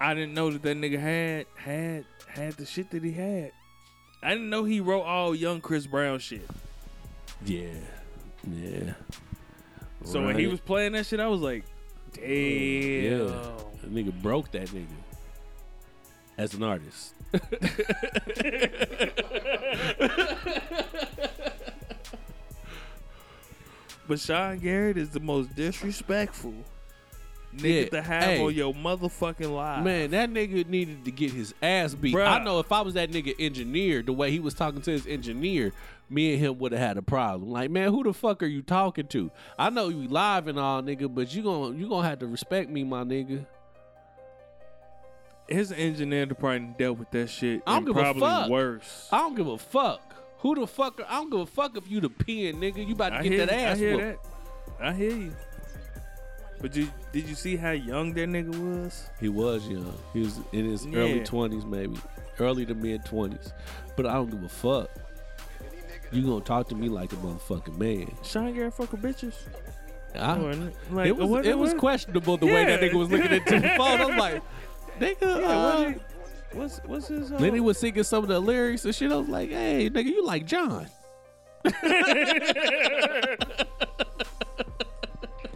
Speaker 3: I didn't know that that nigga had had had the shit that he had. I didn't know he wrote all young Chris Brown shit.
Speaker 4: Yeah, yeah.
Speaker 3: So when he
Speaker 4: Right. Oh,
Speaker 3: was playing that shit, I was like, damn.
Speaker 4: Yeah. That nigga broke that nigga as an artist.
Speaker 3: But Sean Garrett is the most disrespectful nigga
Speaker 4: Yeah.
Speaker 3: to have
Speaker 4: Hey.
Speaker 3: on your motherfucking life.
Speaker 4: Man, that nigga needed to get his ass beat.
Speaker 3: Bruh.
Speaker 4: I know if I was that nigga engineer, the way he was talking to his engineer, me and him would have had a problem. Like, man, who the fuck are you talking to? I know you live and all, nigga, but you gonna you gonna have to respect me, my nigga.
Speaker 3: His engineer probably dealt with that shit.
Speaker 4: I don't
Speaker 3: and
Speaker 4: give a
Speaker 3: probably
Speaker 4: fuck.
Speaker 3: worse.
Speaker 4: I don't give a fuck. Who the fuck? Are, I don't give a fuck if you the pen, nigga. You about to
Speaker 3: I
Speaker 4: get
Speaker 3: hear,
Speaker 4: that
Speaker 3: you-
Speaker 4: ass
Speaker 3: I hear
Speaker 4: whooped.
Speaker 3: that. I hear you. But you, did you see how young that nigga was?
Speaker 4: He was young. He was in his
Speaker 3: Yeah.
Speaker 4: early twenties, maybe early to mid twenties. But I don't give a fuck. You gonna talk to me like a motherfucking man?
Speaker 3: Sean Garrett fucking bitches.
Speaker 4: I-
Speaker 3: Wasn't it? Like,
Speaker 4: it was
Speaker 3: wasn't
Speaker 4: it was
Speaker 3: what-
Speaker 4: questionable the way that
Speaker 3: Yeah.
Speaker 4: nigga was looking into the phone. I'm like, nigga. uh,
Speaker 3: wasn't it- What's what's his? Uh,
Speaker 4: Lenny was singing some of the lyrics and shit. I was like, hey, nigga, you like John? [LAUGHS]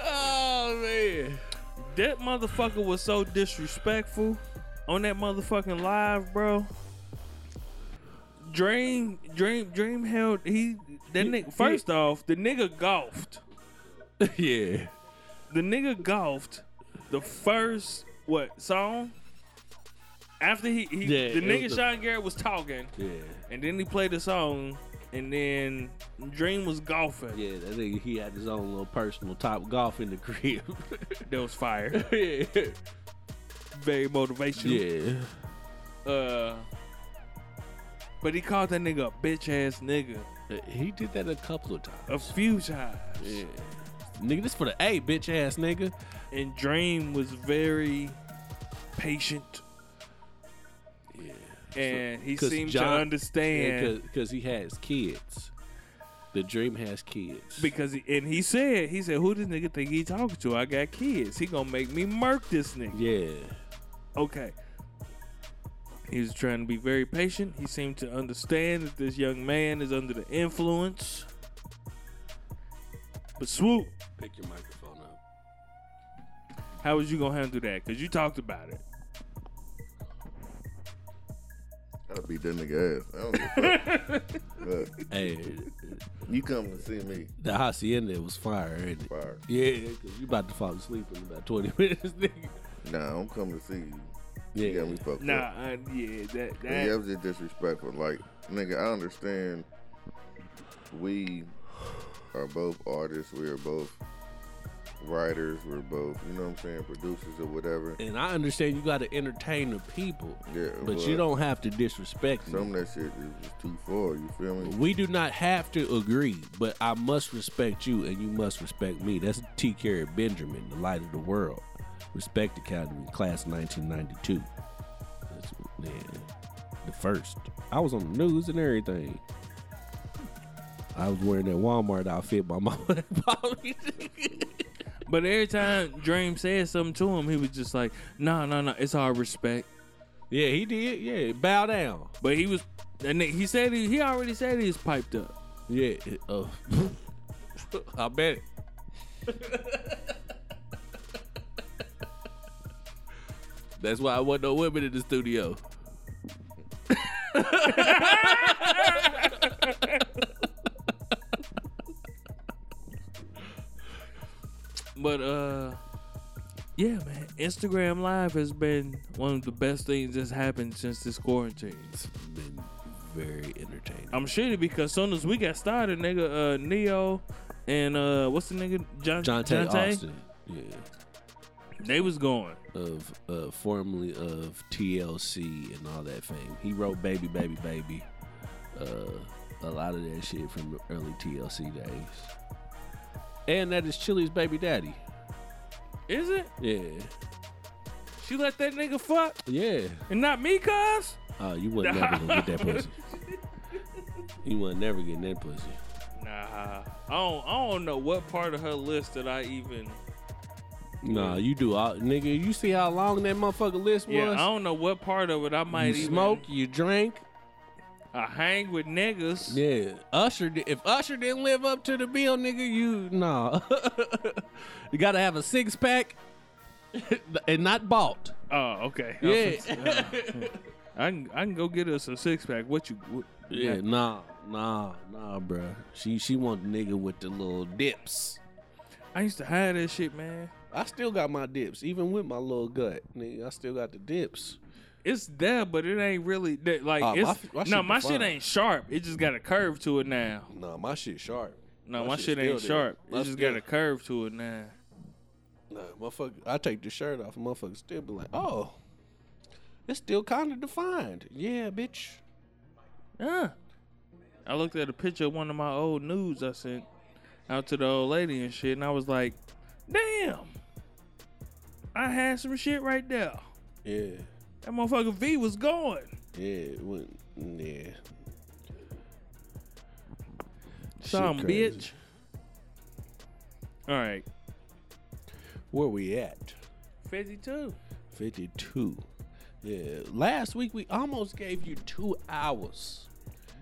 Speaker 4: oh man.
Speaker 3: that motherfucker was so disrespectful on that motherfucking live, bro. Dream, dream, dream held he. That nigga. First off, the nigga golfed.
Speaker 4: [LAUGHS] yeah.
Speaker 3: The nigga golfed. The first what song? After he, he
Speaker 4: Yeah,
Speaker 3: the
Speaker 4: it
Speaker 3: nigga
Speaker 4: was the-
Speaker 3: Sean Garrett was talking,
Speaker 4: Yeah.
Speaker 3: and then he played the song, and then Dream was golfing.
Speaker 4: Yeah, that nigga he had his own little personal top golf in the crib. [LAUGHS]
Speaker 3: That was fire.
Speaker 4: yeah.
Speaker 3: Very motivational.
Speaker 4: Yeah.
Speaker 3: Uh, but he called that nigga a bitch ass nigga
Speaker 4: Uh, He did that a couple of times.
Speaker 3: a few times.
Speaker 4: Nigga, this for the A, bitch ass nigga.
Speaker 3: And Dream was very patient. Yeah. And he
Speaker 4: 'Cause
Speaker 3: seemed
Speaker 4: John-
Speaker 3: to understand
Speaker 4: Because he has kids. The dream has kids.
Speaker 3: because he, and he said he said who this nigga think he talking to? I got kids. He gonna make me murk this nigga.
Speaker 4: yeah.
Speaker 3: Okay. He was trying to be very patient. He seemed to understand that this young man is under the influence. But swoop,
Speaker 4: Pick your microphone up.
Speaker 3: How was you gonna handle that? Cause you talked about it.
Speaker 2: I'll beat that nigga ass. I don't give a fuck. Look,
Speaker 4: Hey,
Speaker 2: you come to see me.
Speaker 4: the hacienda was fire, ain't it?
Speaker 2: Fire.
Speaker 4: Yeah, because you about to fall asleep in about 20 [LAUGHS] minutes, nigga.
Speaker 2: Nah, I'm coming to see you. You
Speaker 4: Yeah.
Speaker 2: got me fucked
Speaker 3: Nah,
Speaker 2: up.
Speaker 3: I, yeah, that that
Speaker 2: Yeah, that was just disrespectful. Like, nigga, I understand we are both artists, we are both writers, we're both, you know what I'm saying, producers or whatever.
Speaker 4: And I understand you got to entertain the people,
Speaker 2: Yeah,
Speaker 4: but you
Speaker 2: but-
Speaker 4: don't have to disrespect me.
Speaker 2: Some of that shit is just too far, you feel me?
Speaker 4: We do not have to agree, but I must respect you and you must respect me. That's T. Carrot Benjamin, The Light of the World. Respect Academy, class 1992. That's, yeah, the first. I was on the news and everything. [LAUGHS] I was wearing that Walmart outfit my mama had bought me.
Speaker 3: But every time Dream said something to him, he was just like, "No, no, no, it's all respect."
Speaker 4: Yeah, he did. Yeah, bow down.
Speaker 3: But he was, and he said he, he already said he's piped up.
Speaker 4: Yeah, it- uh, [LAUGHS] I bet it. That's why I wasn't no women in the studio.
Speaker 3: But uh, yeah, man, Instagram Live has been one of the best things that's happened since this quarantine.
Speaker 4: It's been very entertaining.
Speaker 3: I'm shitty because soon as we got started, nigga, uh, Neo and uh, what's the nigga John
Speaker 4: John Tay Austin, yeah,
Speaker 3: they was going.
Speaker 4: of uh, formerly of TLC and all that fame. He wrote "Baby, Baby, Baby," uh, a lot of that shit from the early TLC days. And that is Chili's baby daddy.
Speaker 3: Is it?
Speaker 4: Yeah,
Speaker 3: She let that nigga fuck
Speaker 4: yeah.
Speaker 3: and not me, cuz.
Speaker 4: Oh, you wasn't never gonna get that pussy. You wasn't never getting that pussy.
Speaker 3: Nah, I don't. I don't know what part of her list that I even.
Speaker 4: Nah, you do all nigga, you see how long that motherfucker list was?
Speaker 3: Yeah, I don't know what part of it I might
Speaker 4: you
Speaker 3: even
Speaker 4: smoke, you drink.
Speaker 3: I hang with niggas.
Speaker 4: Yeah. Usher di- if Usher didn't live up to the bill, nigga, you nah. [LAUGHS] you gotta have a six pack [LAUGHS] and not bought.
Speaker 3: Oh, okay. I
Speaker 4: Yeah.
Speaker 3: [LAUGHS] was like, oh. I can I can go get us a six pack. What you? What,
Speaker 4: Yeah, nah, nah, nah, bruh. She she want the nigga with the little dips.
Speaker 3: I used to hide that shit, man.
Speaker 4: I still got my dips, even with my little gut, nigga. I still got the dips.
Speaker 3: It's there, but it ain't really that. Like,
Speaker 4: Oh, my
Speaker 3: it's
Speaker 4: f- my
Speaker 3: no,
Speaker 4: shit
Speaker 3: my shit
Speaker 4: defined.
Speaker 3: ain't sharp. It just got a curve to it now.
Speaker 4: Nah, my shit sharp.
Speaker 3: No,
Speaker 4: My
Speaker 3: my,
Speaker 4: shit
Speaker 3: shit ain't
Speaker 4: still there.
Speaker 3: sharp.
Speaker 4: My
Speaker 3: It just
Speaker 4: still-
Speaker 3: got a curve to it now.
Speaker 4: Nah, motherfucker, I take the shirt off, motherfucker still be like, oh, it's still kind of defined. Yeah, bitch.
Speaker 3: Yeah. I looked at a picture of one of my old nudes I sent out to the old lady and shit, and I was like, damn, I had some shit right there.
Speaker 4: Yeah,
Speaker 3: That motherfucker V was going.
Speaker 4: yeah, it wouldn't, yeah.
Speaker 3: Some
Speaker 4: Shit crazy.
Speaker 3: bitch. All right,
Speaker 4: Where we at?
Speaker 3: 52.
Speaker 4: 52. Yeah, last week we almost gave you two hours.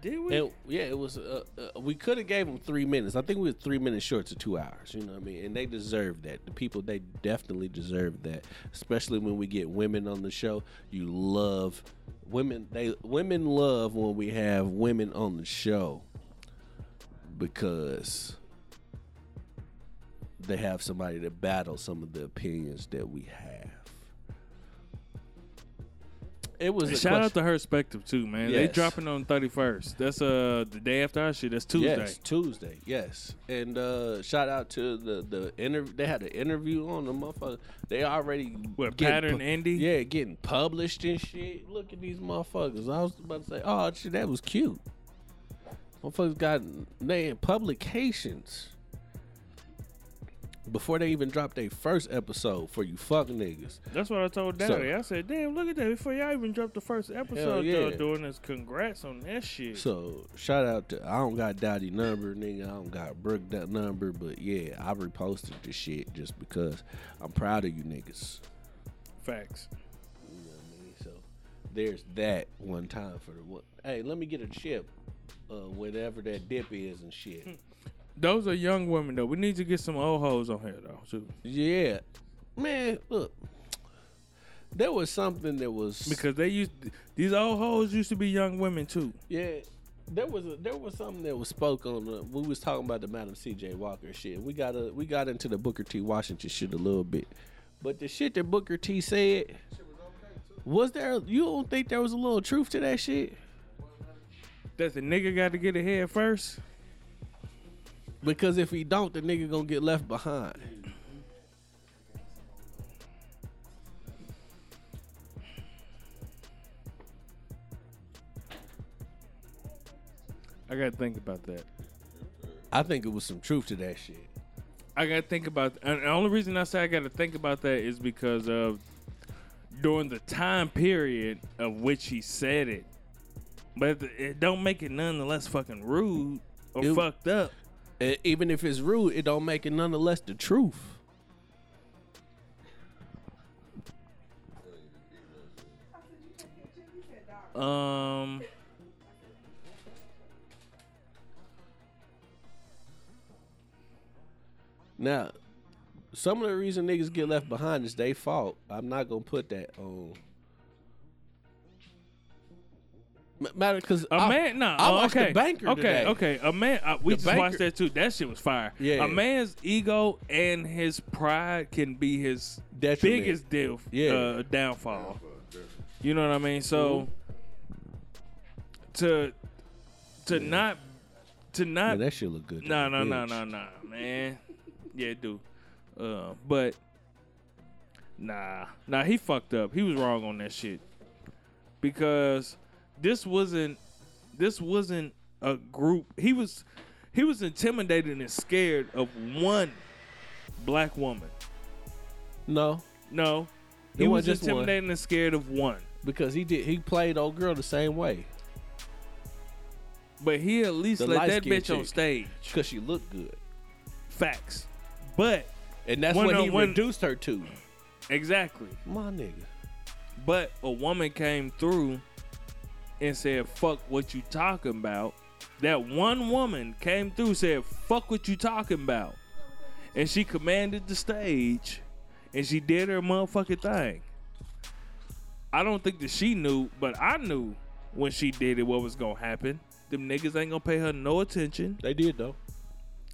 Speaker 3: Did we?
Speaker 4: And yeah, it was. Uh, uh, we could have gave them three minutes. I think we were three minutes short to two hours. You know what I mean? And they deserve that. The people they definitely deserve that. Especially when we get women on the show. You love women. They women love when we have women on the show because they have somebody to battle some of the opinions that we have. It was a
Speaker 3: Shout
Speaker 4: question.
Speaker 3: out to her spectrum too, man. They
Speaker 4: Yes.
Speaker 3: dropping on thirty first. That's uh the day after our shit. That's Tuesday.
Speaker 4: Yes, Tuesday. Yes, and uh, shout out to the the interview. They had an interview on the motherfucker. They already
Speaker 3: What,
Speaker 4: getting
Speaker 3: Pattern Indy?
Speaker 4: Yeah, getting published and shit. Look at these motherfuckers. I was about to say, oh shit, that was cute. Motherfuckers got they in publications before they even dropped their first episode for you fuck niggas.
Speaker 3: That's what I told
Speaker 4: So-
Speaker 3: Daddy. I said, "Damn, look at that! Before y'all even dropped the first episode,
Speaker 4: yeah.
Speaker 3: y'all doing this. Congrats on that shit."
Speaker 4: So shout out to I don't got Dottie number, nigga. I don't got Brooke that number, but yeah, I reposted the shit just because I'm proud of you niggas.
Speaker 3: Facts.
Speaker 4: You know what I mean? So there's that one time for the one. Hey, let me get a chip, uh, whatever that dip is and shit.
Speaker 3: Those are young women though. We need to get some old hoes on here though too,
Speaker 4: yeah, man, look, there was something that was
Speaker 3: because they used these old hoes used to be young women too.
Speaker 4: Yeah, there was a, there was something that was spoke on. The, we was talking about the Madam C.J. Walker shit. We got a, we got into the Booker T. Washington shit a little bit, but the shit that Booker T. said was there. You don't think there was a little truth to that shit?
Speaker 3: That the nigga got to get ahead first.
Speaker 4: Because if he don't, the nigga gonna get left behind.
Speaker 3: I got to think about that.
Speaker 4: I think it was some truth to that shit.
Speaker 3: I gotta think about. And the only reason I say I gotta think about that is because of during the time period of which he said it. But it don't make it none the less fucking rude or
Speaker 4: It-
Speaker 3: fucked up.
Speaker 4: E- even if it's rude, it don't make it nonetheless the truth.
Speaker 3: Um.
Speaker 4: Now, some of the reason niggas get left behind is they fault. I'm not gonna put that on. M- Matter because
Speaker 3: A man, nah.
Speaker 4: I
Speaker 3: oh,
Speaker 4: watched
Speaker 3: okay.
Speaker 4: the banker
Speaker 3: Okay,
Speaker 4: today.
Speaker 3: okay. A man, I, we
Speaker 4: The
Speaker 3: just
Speaker 4: Banker.
Speaker 3: watched that too. That shit was fire.
Speaker 4: Yeah.
Speaker 3: A man's ego and his pride can be his
Speaker 4: Detriment.
Speaker 3: biggest deal,
Speaker 4: Yeah.
Speaker 3: uh, downfall. You know what I mean? So
Speaker 4: Mm-hmm.
Speaker 3: to to not to
Speaker 4: Man,
Speaker 3: not
Speaker 4: that shit look good. to
Speaker 3: no
Speaker 4: me,
Speaker 3: no no
Speaker 4: bitch.
Speaker 3: no no man. Yeah, it do. Uh, but nah, nah. He fucked up. He was wrong on that shit because this wasn't this wasn't a group. He was he was intimidated and scared of one black woman.
Speaker 4: no.
Speaker 3: No, he
Speaker 4: It wasn't
Speaker 3: was
Speaker 4: just one.
Speaker 3: intimidated and scared of one.
Speaker 4: Because he did. He played old girl the same way
Speaker 3: But he at least
Speaker 4: The
Speaker 3: let that bitch
Speaker 4: light-skinned
Speaker 3: on
Speaker 4: chick.
Speaker 3: stage.
Speaker 4: because she looked good,
Speaker 3: Facts. But
Speaker 4: and that's
Speaker 3: When,
Speaker 4: what
Speaker 3: uh,
Speaker 4: he
Speaker 3: when-
Speaker 4: reduced her to.
Speaker 3: exactly.
Speaker 4: My nigga.
Speaker 3: But a woman came through and said, "Fuck what you talking about." That one woman came through said, "Fuck what you talking about," and she commanded the stage, and she did her motherfucking thing. I don't think that she knew, but I knew when she did it what was gonna happen. Them niggas ain't gonna pay her no attention.
Speaker 4: They did though.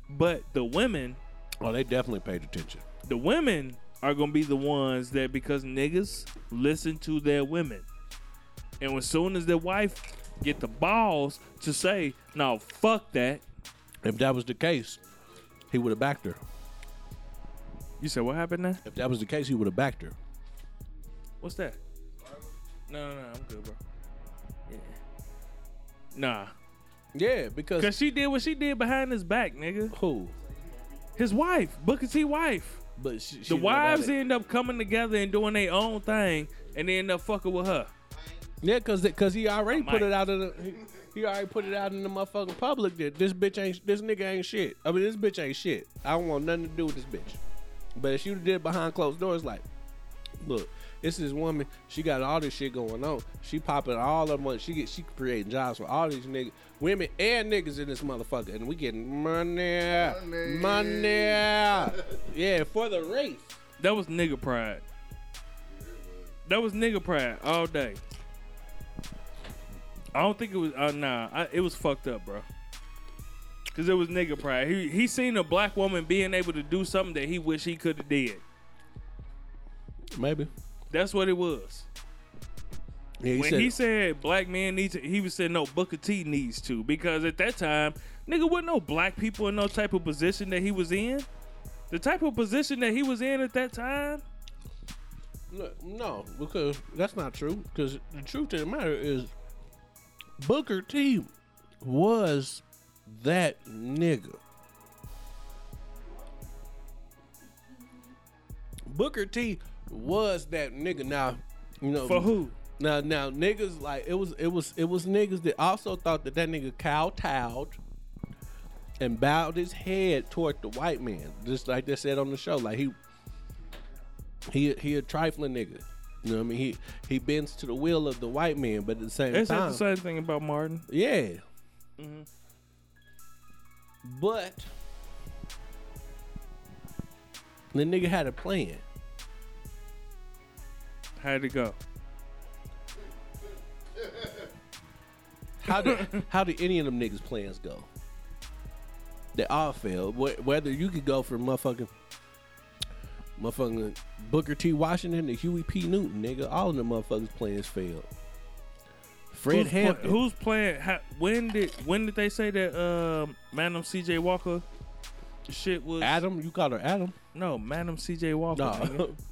Speaker 3: But the women
Speaker 4: Oh, they definitely paid attention.
Speaker 3: the women are gonna be the ones that because niggas listen to their women, and as soon as their wife get the balls to say, "No, fuck that,"
Speaker 4: If that was the case, he would have backed her.
Speaker 3: you said, "What happened now?
Speaker 4: If that was the case, he would have backed her.
Speaker 3: What's that?" No, no, no, I'm good, bro. Yeah. Nah,
Speaker 4: Yeah, because
Speaker 3: cause she did what she did behind his back, nigga.
Speaker 4: who?
Speaker 3: His wife, Booker T. wife.
Speaker 4: But she, she
Speaker 3: The
Speaker 4: didn't have
Speaker 3: wives
Speaker 4: it.
Speaker 3: end up coming together and doing their own thing, and they end up fucking with her.
Speaker 4: Yeah, cause th- cause he already put
Speaker 3: might.
Speaker 4: it out of the he, he already put it out in the motherfucking public that this bitch ain't this nigga ain't shit. I mean this bitch ain't shit. I don't want nothing to do with this bitch. But if you did it behind closed doors, like, look, this is woman. She got all this shit going on. She popping all the money. She get she creating jobs for all these niggas, women and niggas in this motherfucker, and we getting money, money,
Speaker 2: Money.
Speaker 4: yeah, for the race.
Speaker 3: That was nigga pride. That was nigga pride all day. I don't think it was. Uh, nah, I, it was fucked up, bro. Cause it was nigga pride. He he seen a black woman being able to do something that he wish he could have did.
Speaker 4: Maybe.
Speaker 3: That's what it was.
Speaker 4: Yeah, he
Speaker 3: when
Speaker 4: said.
Speaker 3: he said black men need to, he was saying no Booker T needs to because at that time, nigga, wasn't no black people in no type of position that he was in. The type of position that he was in at that time,
Speaker 4: No, no, because that's not true. Because the truth of the matter is, Booker T was that nigga. Booker T was that nigga. Now, you know
Speaker 3: for who?
Speaker 4: Now, now niggas like it was, it was, it was niggas that also thought that that nigga kowtowed and bowed his head toward the white man, just like they said on the show. Like he, he, he a trifling nigga. You know what I mean? He he bends to the will of the white man, but at the same
Speaker 3: They said
Speaker 4: time,
Speaker 3: the same Mm-hmm. thing about Martin.
Speaker 4: yeah. But the nigga had a plan.
Speaker 3: How'd it go?
Speaker 4: How did how did any of them niggas' plans go? They all failed. Wh- Whether you could go from motherfucking motherfucking Booker T. Washington to Huey P. Newton, nigga, all of them motherfuckers' plans failed. Fred
Speaker 3: who's, pla-
Speaker 4: Hampton,
Speaker 3: who's playing? How, when did when did they say that um, Madam C.J. Walker shit was?
Speaker 4: Adam, you called her Adam.
Speaker 3: no, Madam C.J. Walker.
Speaker 4: No,
Speaker 3: nigga.
Speaker 4: [LAUGHS]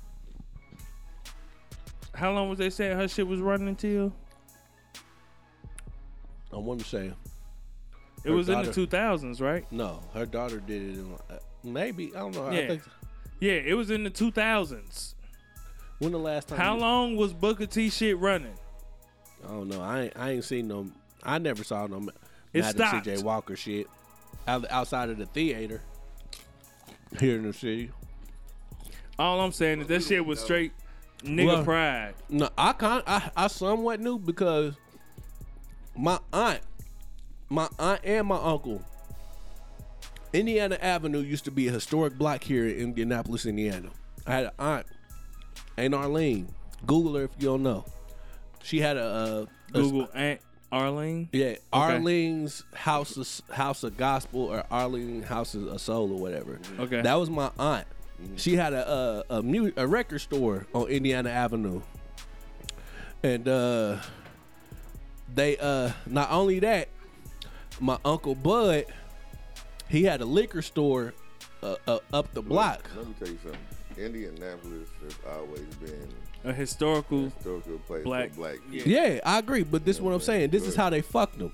Speaker 3: How long was they saying her shit was running until?
Speaker 4: I want to say
Speaker 3: It
Speaker 4: Her
Speaker 3: was in
Speaker 4: daughter.
Speaker 3: the two thousands, right?
Speaker 4: no. Her daughter did it in uh, maybe I don't know. I
Speaker 3: Yeah.
Speaker 4: think
Speaker 3: Yeah, it was in the two thousands.
Speaker 4: when the last time?
Speaker 3: How
Speaker 4: you-
Speaker 3: long was Booker T shit running?
Speaker 4: I don't know. I ain't, I ain't seen no. I never saw no Ma-
Speaker 3: It
Speaker 4: Madam
Speaker 3: stopped.
Speaker 4: C.J. Walker shit out, outside of the theater here in the city.
Speaker 3: All I'm saying is that shit was straight nigga
Speaker 4: Well-
Speaker 3: pride.
Speaker 4: No, I con I, I somewhat knew because my aunt, my aunt and my uncle, Indiana Avenue used to be a historic block here in Indianapolis, Indiana. I had an aunt, Aunt Arlene. Google her if you don't know. She had a, a a-
Speaker 3: Google Aunt Arlene.
Speaker 4: yeah, Arlene's House of, House of Gospel or Arlene House of Soul or whatever.
Speaker 3: Okay.
Speaker 4: that was my aunt. She had a a, a, mu- a record store on Indiana Avenue, and uh, they uh not only that, my uncle Bud, he had a liquor store uh, uh, up the block.
Speaker 2: Let me tell you something. Indianapolis has always been
Speaker 3: A historical.
Speaker 2: still a good place
Speaker 3: Black.
Speaker 2: for black people.
Speaker 4: Yeah, I agree, but this is what I'm saying. This is how they fucked them,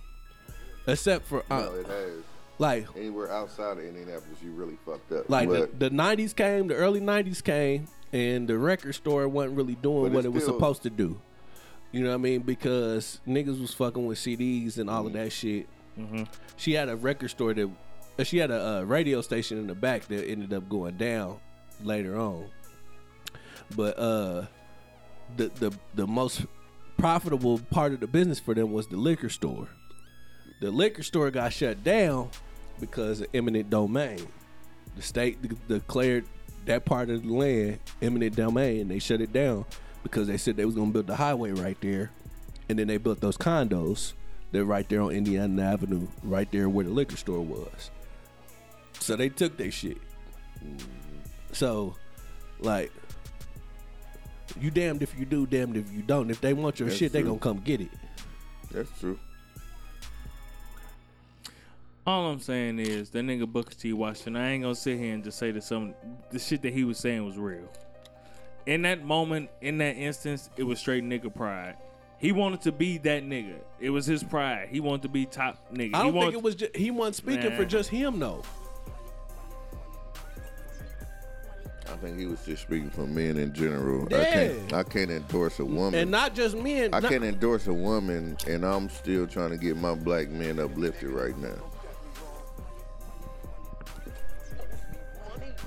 Speaker 4: except for
Speaker 2: No,
Speaker 4: uh,
Speaker 2: it has.
Speaker 4: like
Speaker 2: Anywhere outside of Indianapolis, you really fucked up.
Speaker 4: like
Speaker 2: but,
Speaker 4: the, the 90s came the early 90s came and the record store wasn't really doing
Speaker 2: But
Speaker 4: what
Speaker 2: it's
Speaker 4: it was
Speaker 2: still-
Speaker 4: supposed to do you know what i mean because niggas was fucking with cds and all
Speaker 2: Mm-hmm.
Speaker 4: of that shit she had a record store that uh, she had a uh, radio station in the back that ended up going down later on but uh the the the most profitable part of the business for them was the liquor store the liquor store got shut down because of eminent domain the state de- declared that part of the land eminent domain and they shut it down because they said they was going to build the highway right there and then they built those condos that right there on indiana avenue right there where the liquor store was so they took their shit so like you damned if you do damned if you don't if they want your
Speaker 2: That's
Speaker 4: shit they
Speaker 2: true.
Speaker 4: gonna come get it
Speaker 2: that's true.
Speaker 3: All I'm saying is that nigga Booker T. Washington. I ain't gonna sit here and just say that some the shit that he was saying was real. In that moment, in that instance, it was straight nigga pride. He wanted to be that nigga. It was his pride. He wanted to be top nigga.
Speaker 4: i
Speaker 3: he
Speaker 4: don't
Speaker 3: wanted,
Speaker 4: think it was just he wasn't speaking for
Speaker 3: Man.
Speaker 4: just him though
Speaker 2: I think he was just speaking for men in general. I
Speaker 4: Yeah.
Speaker 2: can't I can't endorse a woman.
Speaker 4: and not just men
Speaker 2: I
Speaker 4: not-
Speaker 2: can't endorse a woman and I'm still trying to get my black men uplifted right now.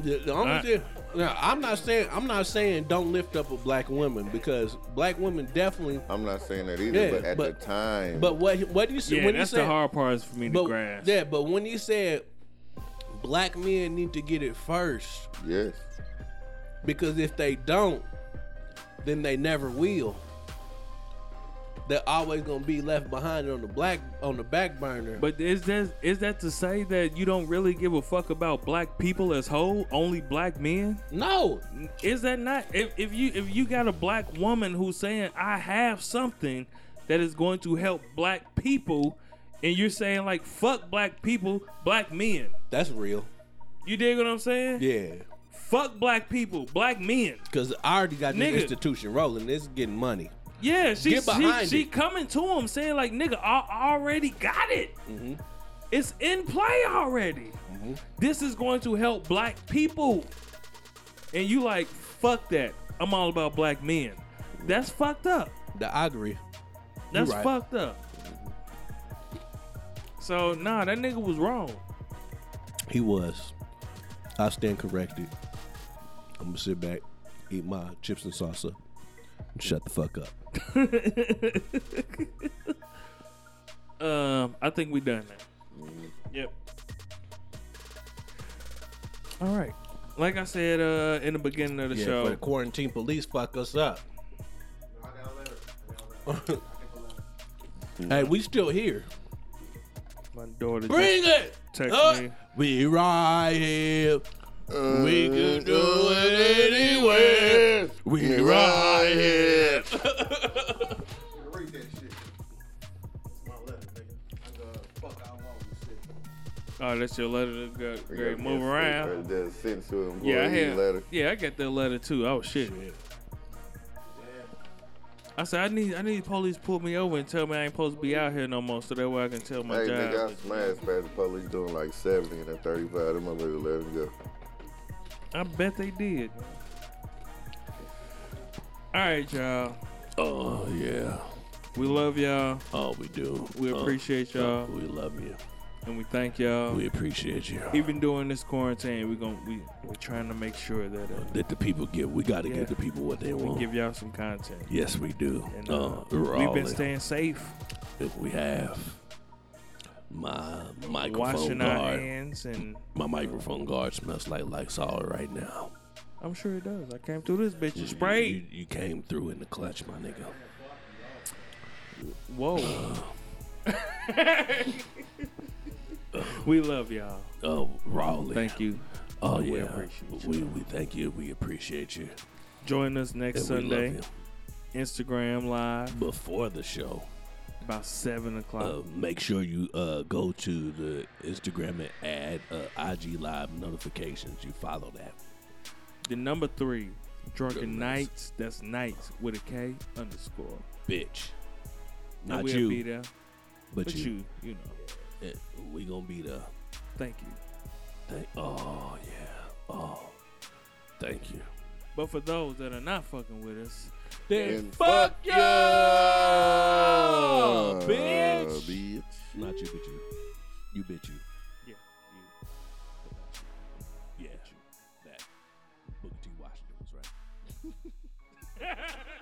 Speaker 4: The, the only
Speaker 3: I-
Speaker 4: thing, now, I'm not saying I'm not saying don't lift up a black woman because black women definitely.
Speaker 2: I'm not saying that either,
Speaker 4: Yeah,
Speaker 2: but at
Speaker 4: but-
Speaker 2: the time
Speaker 4: But what what do you see
Speaker 3: yeah,
Speaker 4: when
Speaker 3: that's
Speaker 4: he said?
Speaker 3: the hard part is for me to
Speaker 4: but,
Speaker 3: grasp.
Speaker 4: Yeah, but when he said black men need to get it first
Speaker 2: yes.
Speaker 4: because if they don't, then they never will. They're always gonna be left behind on the black on the back burner.
Speaker 3: But is that is that to say that you don't really give a fuck about black people as whole, only black men?
Speaker 4: no,
Speaker 3: Is that not if, if you if you got a black woman who's saying I have something that is going to help black people and you're saying like fuck black people, black men.
Speaker 4: that's real.
Speaker 3: You dig what I'm saying?
Speaker 4: Yeah,
Speaker 3: Fuck black people, black men.
Speaker 4: because I already got this
Speaker 3: Nigga.
Speaker 4: institution rolling. It's getting money.
Speaker 3: Yeah, she
Speaker 4: Get
Speaker 3: she,
Speaker 4: behind
Speaker 3: she
Speaker 4: it.
Speaker 3: coming to him saying like nigga, I already got it.
Speaker 4: Mm-hmm.
Speaker 3: It's in play already. This is going to help black people. And you like fuck that. I'm all about black men. That's fucked up.
Speaker 4: The I agree.
Speaker 3: That's
Speaker 4: You right.
Speaker 3: fucked up. So nah, that nigga was wrong.
Speaker 4: He was. I stand corrected. I'm gonna sit back, eat my chips and salsa, and shut the fuck up.
Speaker 3: Um, I think we done that. Yep. All right. Like I said uh, in the beginning of the
Speaker 4: Yeah,
Speaker 3: show,
Speaker 4: for the quarantine police fuck us up. [LAUGHS] hey, we still here.
Speaker 3: my daughter
Speaker 4: Bring
Speaker 3: just
Speaker 4: it.
Speaker 3: texted
Speaker 4: Uh,
Speaker 3: me.
Speaker 4: we right here. We can do it anywhere. We right here.
Speaker 3: Oh, that's your letter to go,
Speaker 2: Yeah,
Speaker 3: great. Move
Speaker 2: it's-
Speaker 3: around.
Speaker 2: it's- it's sent to an employee
Speaker 3: Yeah, I had.
Speaker 2: letter.
Speaker 3: Yeah, I got that letter too. Oh shit. I said I need I need police to pull me over and tell me I ain't supposed to be out here no more, so that way I can tell my
Speaker 2: Hey,
Speaker 3: job.
Speaker 2: nigga, I smashed past the police doing like 70 and a 35. Them motherfuckers let him go.
Speaker 3: I bet they did. All right, y'all.
Speaker 4: Oh yeah.
Speaker 3: We love y'all.
Speaker 4: Oh, we do.
Speaker 3: We
Speaker 4: Oh,
Speaker 3: appreciate y'all.
Speaker 4: We love you.
Speaker 3: and we thank y'all.
Speaker 4: We appreciate you.
Speaker 3: Even during this quarantine, we gon' we we're trying to make sure that uh,
Speaker 4: Let the people get. We got to
Speaker 3: Yeah.
Speaker 4: give the people what they
Speaker 3: we
Speaker 4: want.
Speaker 3: give y'all some content.
Speaker 4: yes, we do.
Speaker 3: And,
Speaker 4: Uh,
Speaker 3: uh,
Speaker 4: we're
Speaker 3: we've
Speaker 4: all
Speaker 3: been
Speaker 4: in.
Speaker 3: staying safe,
Speaker 4: We have my microphone
Speaker 3: washing
Speaker 4: guard.
Speaker 3: our hands, and
Speaker 4: My microphone guard smells like Lysol right now.
Speaker 3: I'm sure it does. I came through this bitch and sprayed.
Speaker 4: You, you came through in the clutch, my nigga. [SIGHS]
Speaker 3: Whoa. [LAUGHS] we love y'all.
Speaker 4: Oh, Raleigh.
Speaker 3: Thank you.
Speaker 4: Oh
Speaker 3: We
Speaker 4: yeah.
Speaker 3: appreciate you.
Speaker 4: We, we thank you. We appreciate you.
Speaker 3: Join us next
Speaker 4: And we love
Speaker 3: Sunday,
Speaker 4: you.
Speaker 3: Instagram live
Speaker 4: Before the show,
Speaker 3: about seven o'clock.
Speaker 4: uh, make sure you uh, go to the Instagram and add uh, IG live notifications. You follow that.
Speaker 3: The number three, Drunken
Speaker 4: Goodness.
Speaker 3: Nights. That's Nights with a K underscore.
Speaker 4: bitch.
Speaker 3: And
Speaker 4: Not
Speaker 3: we'll
Speaker 4: you,
Speaker 3: be there.
Speaker 4: but,
Speaker 3: But
Speaker 4: you.
Speaker 3: you, you know.
Speaker 4: Eh, We gonna be the.
Speaker 3: Thank you.
Speaker 4: Thank, oh yeah. Oh, thank you.
Speaker 3: But for those that are not fucking with us,
Speaker 2: And fuck
Speaker 4: you,
Speaker 2: Uh,
Speaker 4: bitch.
Speaker 2: bitch.
Speaker 4: Not you, but you. You bitch you.
Speaker 3: yeah, you.
Speaker 4: Yeah. That. Booker T. Washington was right.